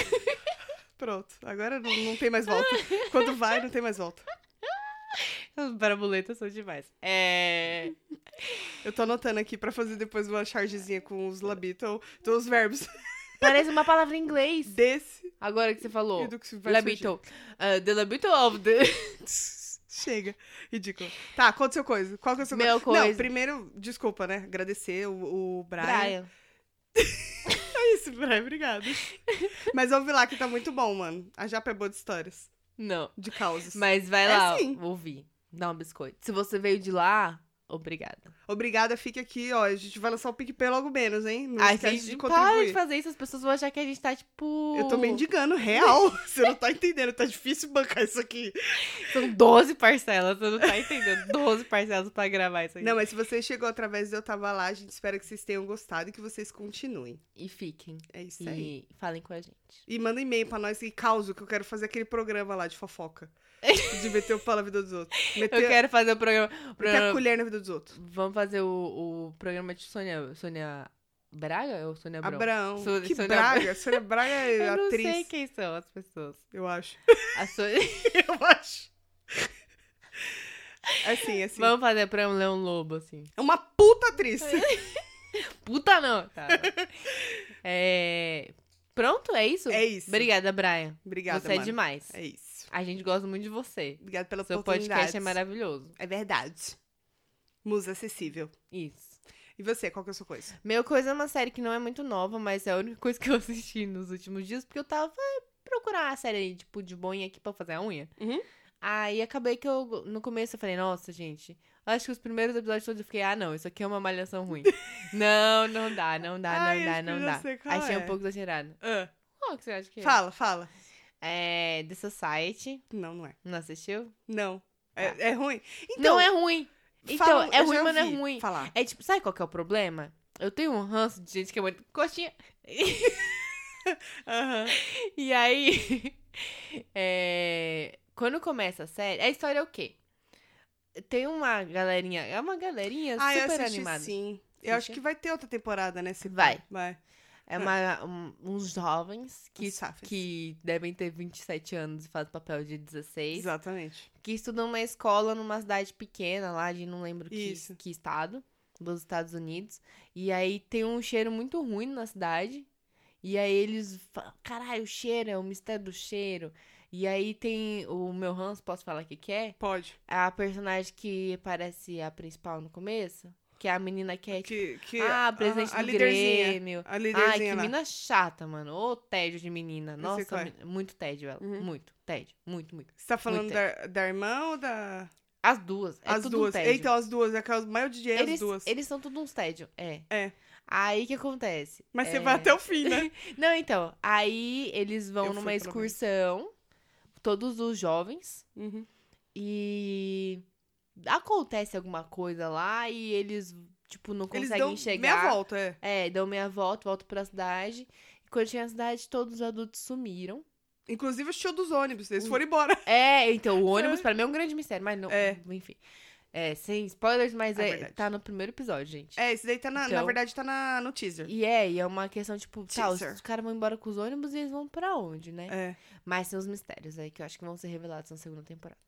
S1: Pronto. Agora não, não tem mais volta. Quando vai, não tem mais volta.
S2: As Bramuletas são demais. É...
S1: Eu tô anotando aqui pra fazer depois uma chargezinha com os labitam. Então, os verbos
S2: Parece uma palavra em inglês.
S1: desse
S2: Agora que você falou.
S1: e do que se vai surgir.
S2: Oh, Labito. Uh, the labito of the...
S1: Chega. Ridículo. Tá, aconteceu coisa. Qual que é o seu
S2: Meu
S1: Não,
S2: coisa.
S1: primeiro, desculpa, né? Agradecer o, o Brian.
S2: Brian.
S1: É isso, Brian, obrigada. Mas ouve lá que tá muito bom, mano. A Japa é boa de histórias,
S2: Não.
S1: de causas.
S2: Mas vai
S1: É
S2: lá
S1: sim.
S2: ouvir. Dá um biscoito. Se você veio de lá, obrigada.
S1: Obrigada, fique aqui, ó. A gente vai lançar o PicPay logo menos, hein? Não
S2: A
S1: esquece
S2: gente
S1: de
S2: para de
S1: contribuir.
S2: fazer isso, as pessoas vão achar que a gente tá, tipo...
S1: Eu tô mendigando, real. Você não tá entendendo, tá difícil bancar isso aqui.
S2: São 12 parcelas, você não tá entendendo. 12 parcelas pra gravar isso aqui.
S1: Não, mas se você chegou através do Eu Tava Lá, a gente espera que vocês tenham gostado e que vocês continuem.
S2: E fiquem.
S1: É isso aí.
S2: E falem com a gente.
S1: E manda e-mail pra nós e causa, que eu quero fazer aquele programa lá de fofoca. De meter o pau na vida dos outros. Meter,
S2: Eu quero fazer o programa.
S1: meter a
S2: programa-
S1: colher na vida dos outros.
S2: Vamos fazer o, o programa de Sônia. Sônia Braga ou Sônia Abrão?
S1: Abraão.
S2: Sônia-
S1: que
S2: Sônia
S1: Braga. Sônia Braga é
S2: Eu não
S1: atriz,
S2: sei quem são as pessoas.
S1: eu acho.
S2: A Sônia-
S1: Eu acho. Assim, assim.
S2: Vamos É fazer pra um Leão Lobo, assim.
S1: É uma puta atriz.
S2: Puta não! Tá. É, Pronto, é isso?
S1: É isso.
S2: Obrigada, Brian.
S1: Obrigada,
S2: você é
S1: mano.
S2: demais.
S1: É isso.
S2: A gente gosta muito de você.
S1: Obrigada pela
S2: Seu
S1: oportunidade.
S2: podcast é maravilhoso.
S1: É verdade. Musa acessível.
S2: Isso.
S1: E você, qual que é a sua coisa?
S2: Meu Coisa é uma série que não é muito nova, mas é a única coisa que eu assisti nos últimos dias, porque eu tava "Vai procurar a série, tipo, de boinha aqui pra fazer a unha.
S1: Uhum.
S2: Aí acabei que eu, no começo, eu falei, nossa, gente, acho que os primeiros episódios todos eu fiquei, ah, não, isso aqui é uma malhação ruim. não, não dá, não dá,
S1: Ai,
S2: não
S1: acho
S2: dá,
S1: que eu
S2: não
S1: já
S2: dá.
S1: sei qual
S2: Achei
S1: é. Ah.
S2: um pouco exagerado. Qual que você acha que é?
S1: Fala, fala.
S2: É, The Society,
S1: Não, não é.
S2: não assistiu?
S1: Não. É, é ruim? Então,
S2: Tá. não é ruim.
S1: fala- um-
S2: então, é
S1: eu já
S2: ruim, mas não é
S1: ouvi
S2: ruim.
S1: Falar.
S2: É tipo, sabe qual que é o problema? Eu tenho um ranço de gente que é muito coxinha.
S1: Aham.
S2: E aí, é, quando começa a série, a história é o quê? Tem uma galerinha, é uma galerinha
S1: ah, eu
S2: super
S1: assisti
S2: animada.
S1: sim.
S2: Assiste?
S1: Eu acho que vai ter outra temporada, né? se pá.
S2: Vai.
S1: Vai.
S2: É uma, um- uns jovens que,
S1: Os safes.
S2: que é devem ter 27 anos e fazem papel de 16.
S1: Exatamente.
S2: que estudam uma escola numa cidade pequena lá de não lembro que,
S1: Isso.
S2: que estado, dos Estados Unidos. E aí tem um cheiro muito ruim na cidade. E aí eles falam, caralho, o cheiro, é o mistério do cheiro. E aí tem o meu Hans, posso falar o que que é?
S1: Pode.
S2: A personagem que parece a principal no começo, que é a menina que é, tipo,
S1: Que, que,
S2: ah,
S1: aham,
S2: presidente
S1: a
S2: do
S1: liderzinha.
S2: Grêmio.
S1: A
S2: Ai,
S1: liderzinha
S2: que
S1: lá.
S2: mina chata, mano. Ô, tédio de menina.
S1: sei
S2: Nossa,
S1: qual é.
S2: men- muito tédio ela.
S1: Uhum.
S2: Muito, tédio. Muito, muito.
S1: Você tá falando
S2: Muito
S1: da, da irmã ou da.
S2: As duas. É
S1: as
S2: tudo um
S1: duas.
S2: tédio.
S1: Então, as duas. É que o maior DJ é
S2: eles,
S1: as duas.
S2: eles são tudo uns tédio, é.
S1: É.
S2: Aí o que acontece?
S1: Mas
S2: É.
S1: você vai até o fim, né?
S2: Não, então, aí eles vão
S1: Eu fui,
S2: numa
S1: pelo menos.
S2: excursão, todos os jovens,
S1: Uhum.
S2: e acontece alguma coisa lá e eles, tipo, não
S1: Eles
S2: conseguem
S1: dão
S2: chegar.
S1: meia volta, é.
S2: É, dão meia volta, voltam pra cidade. E quando chega na cidade, todos os adultos sumiram.
S1: Inclusive o show dos ônibus. Eles
S2: Hum.
S1: foram embora.
S2: É, então, o ônibus pra mim é um grande mistério, mas não,
S1: É.
S2: enfim. É, sem spoilers, mas
S1: É
S2: é-
S1: verdade.
S2: tá no primeiro episódio, gente.
S1: É, esse daí tá na. Na
S2: Então-
S1: verdade, tá na, no teaser.
S2: E é, e é uma questão, tipo, tá, os,
S1: Teaser.
S2: os caras vão embora com os ônibus e eles vão pra onde, né?
S1: É.
S2: Mas tem os mistérios aí que eu acho que vão ser revelados na segunda temporada.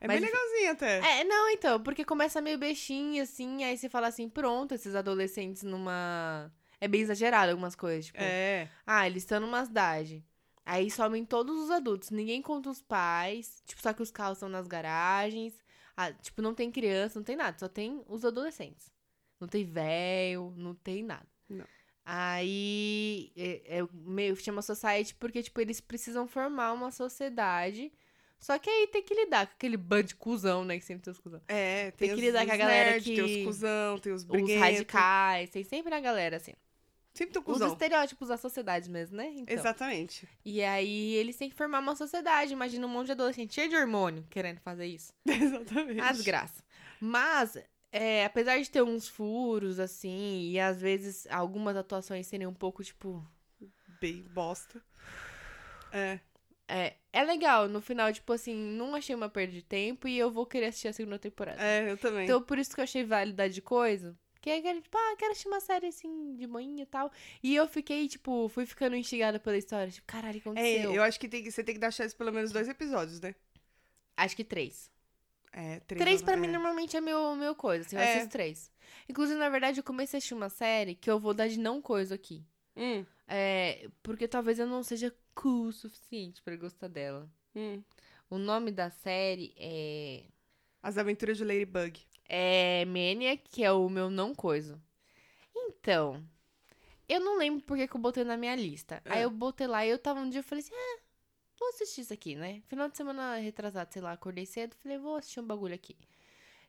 S1: É
S2: Mas
S1: bem
S2: enfim.
S1: legalzinho até.
S2: É, não, então, porque começa meio bexinho, assim, aí você fala assim, pronto, esses adolescentes numa. É bem exagerado algumas coisas, tipo,
S1: É.
S2: ah, eles estão numa cidade. Aí somem todos os adultos, ninguém conta os pais, tipo, só que os carros estão nas garagens. ah, tipo, não tem criança, não tem nada, só tem os adolescentes. Não tem véu, não tem nada.
S1: Não.
S2: Aí é, é meio chama society porque, tipo, eles precisam formar uma sociedade. Só que aí tem que lidar com aquele bando de cuzão, né? Que sempre tem os cuzão.
S1: É, tem,
S2: que
S1: os-
S2: lidar com
S1: os
S2: a galera
S1: nerd, Tem
S2: que-
S1: os cuzão, tem os
S2: Os
S1: briguentos.
S2: radicais, tem sempre a galera, assim.
S1: Sempre tem o
S2: Os
S1: cuzão.
S2: estereótipos da sociedade mesmo, né? Então.
S1: Exatamente.
S2: E aí eles têm que formar uma sociedade. Imagina um monte de adolescente cheio de hormônio querendo fazer isso.
S1: Exatamente.
S2: A desgraça. Mas, é, apesar de ter uns furos, assim, e às vezes algumas atuações serem um pouco, tipo...
S1: Bem bosta. É.
S2: É, é legal, no final, tipo assim, não achei uma perda de tempo e eu vou querer assistir a segunda temporada.
S1: É, eu também.
S2: Então, por isso que eu achei válida de coisa. Que é aquele, tipo, ah, quero assistir uma série assim, de manhã e tal. E eu fiquei, tipo, fui ficando instigada pela história. Tipo, caralho, o que
S1: é,
S2: aconteceu?
S1: eu acho que tem que- você tem que dar chance pelo menos dois episódios, né?
S2: Acho que três.
S1: É, três.
S2: Três pra
S1: é.
S2: mim normalmente é meu, meu coisa, assim, eu
S1: É.
S2: assisto três. Inclusive, na verdade, eu comecei a assistir uma série que eu vou dar de não coisa aqui.
S1: Hum,
S2: É, porque talvez eu não seja cool o suficiente pra gostar dela.
S1: hum.
S2: O nome da série é.
S1: As Aventuras de Ladybug.
S2: É Maniac, que é o meu não coisa. Então, eu não lembro porque que eu botei na minha lista.
S1: Ah.
S2: Aí eu botei lá e eu tava um dia e falei assim, ah, vou assistir isso aqui, né? Final de semana retrasado, sei lá, acordei cedo, falei, vou assistir um bagulho aqui.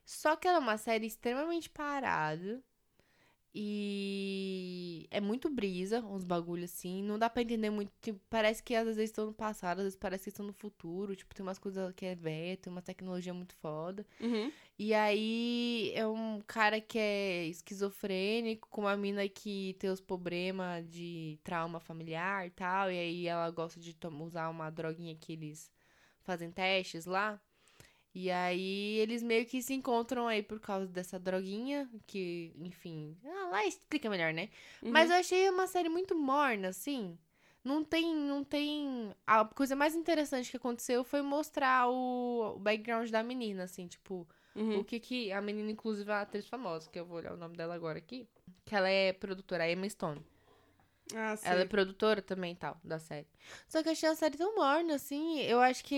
S2: Só que ela é uma série extremamente parada. E é muito brisa, uns bagulhos assim. Não dá pra entender muito. tipo, parece que às vezes estão no passado, às vezes parece que estão no futuro. Tipo, tem umas coisas que é velha, tem uma tecnologia muito foda.
S1: Uhum.
S2: E aí é um cara que é esquizofrênico, com uma mina que tem os problemas de trauma familiar e tal. E aí ela gosta de tom- usar uma droguinha que eles fazem testes lá. E aí eles meio que se encontram aí por causa dessa droguinha, que, enfim. Ah, lá explica melhor, né?
S1: Uhum,
S2: Mas eu achei uma série muito morna, assim. Não tem, não tem. A coisa mais interessante que aconteceu foi mostrar o, o background da menina, assim, tipo,
S1: Uhum.
S2: o que que a menina, inclusive, é uma atriz famosa, que eu vou olhar o nome dela agora aqui. Que ela é produtora, a Emma Stone.
S1: Ah, sim.
S2: Ela é produtora também e tal, da série. Só que eu achei a série tão morna, assim. Eu acho que.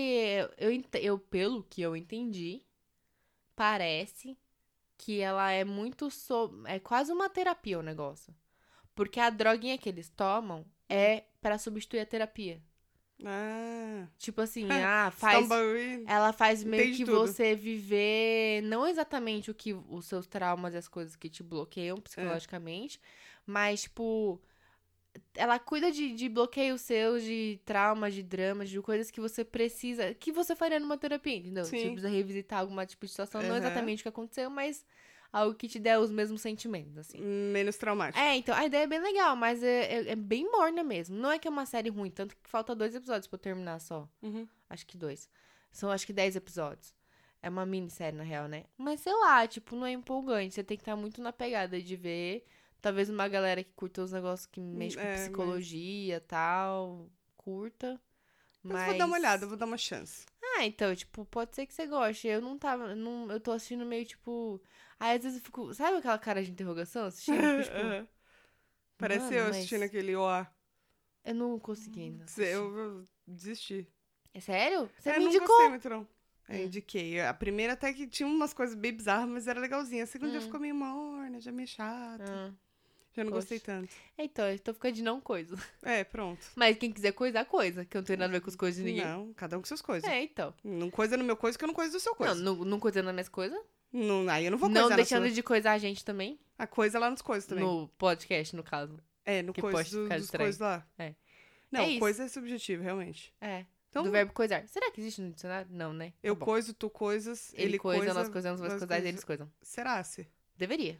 S2: Eu, ent- eu, pelo que eu entendi, parece que ela é muito. So... É quase uma terapia o negócio. Porque a droguinha que eles tomam é pra substituir a terapia.
S1: Ah.
S2: Tipo assim, ah, faz.
S1: Stambury.
S2: Ela faz meio
S1: Entende
S2: que
S1: tudo.
S2: você viver não exatamente o que os seus traumas e as coisas que te bloqueiam psicologicamente, mas tipo ela cuida de, de bloqueios seus, de traumas, de dramas, de coisas que você precisa, que você faria numa terapia, entendeu? Você
S1: Sim.
S2: precisa revisitar alguma tipo de situação, não
S1: Aham.
S2: exatamente o que aconteceu, mas algo que te der os mesmos sentimentos, assim.
S1: Menos traumático.
S2: É, então, a ideia é bem legal, mas é, é- é bem morna mesmo. Não é que é uma série ruim, tanto que falta dois episódios pra eu terminar só.
S1: Uhum.
S2: Acho que dois. São acho que dez episódios. É uma minissérie, na real, né? Mas sei lá, tipo, não é empolgante. Você tem que estar muito na pegada de ver. Talvez uma galera que curta os negócios que mexe com
S1: é, mas-
S2: psicologia e tal, curta.
S1: Mas,
S2: Mas,
S1: vou dar uma olhada, vou dar uma chance.
S2: Ah, então, tipo, pode ser que você goste. Eu não tava. Não, eu tô assistindo meio tipo. Aí às vezes eu fico. Sabe aquela cara de interrogação assistindo? Eu fico, tipo,
S1: Aham. Parece
S2: mano,
S1: eu
S2: mas
S1: assistindo aquele ó.
S2: Eu não consegui ainda.
S1: Cê- Hum, Eu, eu desisti.
S2: É sério? Você
S1: É,
S2: me
S1: não
S2: indicou?
S1: gostei muito, não. Eu
S2: Hum.
S1: indiquei. A primeira até que tinha umas coisas bem bizarras, mas era legalzinha. A segunda já
S2: Hum.
S1: ficou meio morna, já meio chata.
S2: Ah,
S1: já não gostei
S2: poxa.
S1: tanto.
S2: então, eu tô ficando de não coisa.
S1: É, pronto.
S2: Mas quem quiser coisar, coisa. Que eu não tenho nada a ver com as coisas de ninguém.
S1: Não, cada um com suas coisas.
S2: É, então.
S1: Não coisa no meu coisa que eu não coisa do seu coisa.
S2: Não, não, não coisando as minhas coisas.
S1: Não, aí eu não vou
S2: Não
S1: coisar na
S2: deixando
S1: sua.
S2: de coisar a gente também.
S1: A coisa lá nos coisas também.
S2: No podcast, no caso.
S1: É, no
S2: que
S1: coisa
S2: pode
S1: do,
S2: ficar
S1: dos
S2: estranho.
S1: coisas lá.
S2: É.
S1: Não,
S2: É isso.
S1: coisa é subjetivo, realmente.
S2: É.
S1: Então,
S2: do verbo coisar. Será que existe no dicionário? Não, né? Tá
S1: eu
S2: bom.
S1: coiso, tu coisas, ele,
S2: Ele coisa, nós
S1: coisa.
S2: coisamos,
S1: nós
S2: nós coisar,
S1: coisa-
S2: eles coisam.
S1: Será se?
S2: Deveria.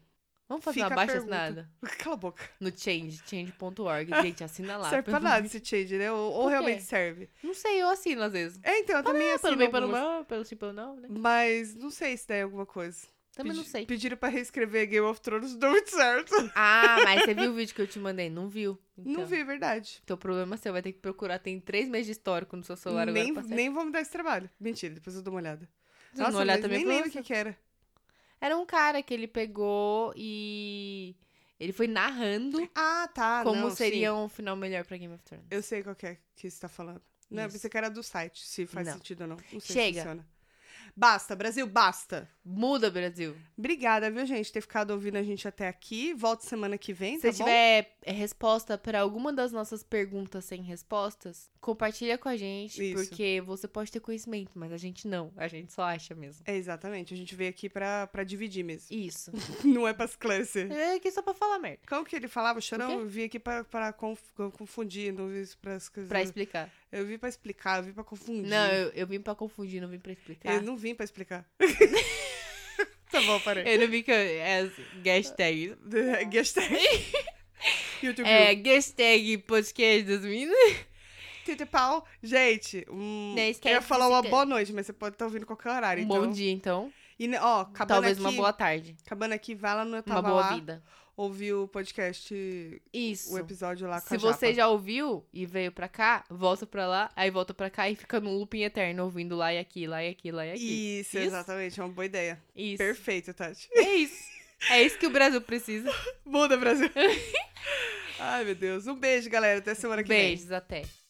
S2: Vamos fazer
S1: Fica
S2: uma
S1: a
S2: baixa
S1: pergunta.
S2: assinada
S1: Cala a boca.
S2: no change, change.org. Gente, assina lá.
S1: serve pra
S2: pelo-
S1: nada esse change, né? Ou, ou
S2: Por quê?
S1: realmente serve.
S2: Não sei, eu assino às vezes.
S1: É, então, eu também
S2: É,
S1: assino
S2: pelo bem, pelo
S1: algumas.
S2: mal, pelo sim, pelo não, né?
S1: Mas não sei se daí é alguma coisa.
S2: Também não
S1: Pedi-
S2: sei.
S1: Pediram pra reescrever Game of Thrones, deu muito certo.
S2: Ah, mas você viu o vídeo que eu te mandei? Não viu.
S1: Não
S2: Então,
S1: vi, é verdade.
S2: Então, o problema é seu, vai ter que procurar. Tem três meses de histórico no seu celular
S1: nem,
S2: agora. pra
S1: nem vou me dar esse trabalho. Mentira, depois eu dou uma olhada.
S2: Se não olhar
S1: mas
S2: também,
S1: nem
S2: é
S1: lembro o
S2: problema
S1: que, que era.
S2: Era um cara que ele pegou e ele foi narrando
S1: Ah, tá.
S2: como
S1: não, sim.
S2: seria um final melhor pra Game of Thrones.
S1: Eu sei qual que é que você tá falando. Não, eu
S2: Isso.
S1: pensei que era do site, se faz
S2: Não.
S1: sentido ou não. Não sei se
S2: Chega.
S1: funciona. Basta, Brasil, basta.
S2: Muda, Brasil.
S1: Obrigada, viu, gente, ter ficado ouvindo a gente até aqui. Volta semana que vem,
S2: Se
S1: tá bom?
S2: tiver eh, resposta pra alguma das nossas perguntas sem respostas, compartilha com a gente,
S1: Isso.
S2: porque você pode ter conhecimento, mas a gente não. A gente só acha mesmo.
S1: É, exatamente. A gente veio aqui pra, pra dividir mesmo.
S2: Isso.
S1: Não é pra esclarecer.
S2: É aqui só pra falar merda.
S1: Como que ele falava? O Chorão,
S2: O quê?
S1: eu vim aqui pra, pra conf- confundir, não vi isso pra... esquecer.
S2: Pra explicar.
S1: Eu vim pra explicar, eu vim pra confundir.
S2: Não, eu, eu vim pra confundir, não vim pra explicar.
S1: Eu não vim pra explicar. tá bom, parei.
S2: Eu é assim, não vim com as hashtags.
S1: Gastei. YouTube.
S2: É, hashtag podcast dos meninos.
S1: Tete pau. Gente, hum,
S2: Não
S1: eu
S2: esquece
S1: ia
S2: de
S1: falar uma
S2: se-
S1: boa noite, mas você pode estar ouvindo qualquer horário.
S2: Um
S1: então.
S2: bom dia, então.
S1: E, né, ó, acabando
S2: Talvez
S1: aqui,
S2: uma boa tarde.
S1: acabando aqui, vai lá no Eu Tava
S2: uma boa
S1: Lá,
S2: vida.
S1: ouvir o podcast,
S2: Isso.
S1: o episódio lá com
S2: Se
S1: a
S2: você
S1: Japa.
S2: já ouviu e veio pra cá, volta pra lá, aí volta pra cá e fica num looping eterno, ouvindo lá e aqui, lá e aqui, lá e tá aqui.
S1: Isso,
S2: Isso?
S1: exatamente, é uma boa ideia.
S2: Isso.
S1: Perfeito, Tati.
S2: É isso. É isso que o Brasil precisa.
S1: Muda, Brasil. Ai, meu Deus. Um beijo, galera. Até semana que vem.
S2: Beijos, até.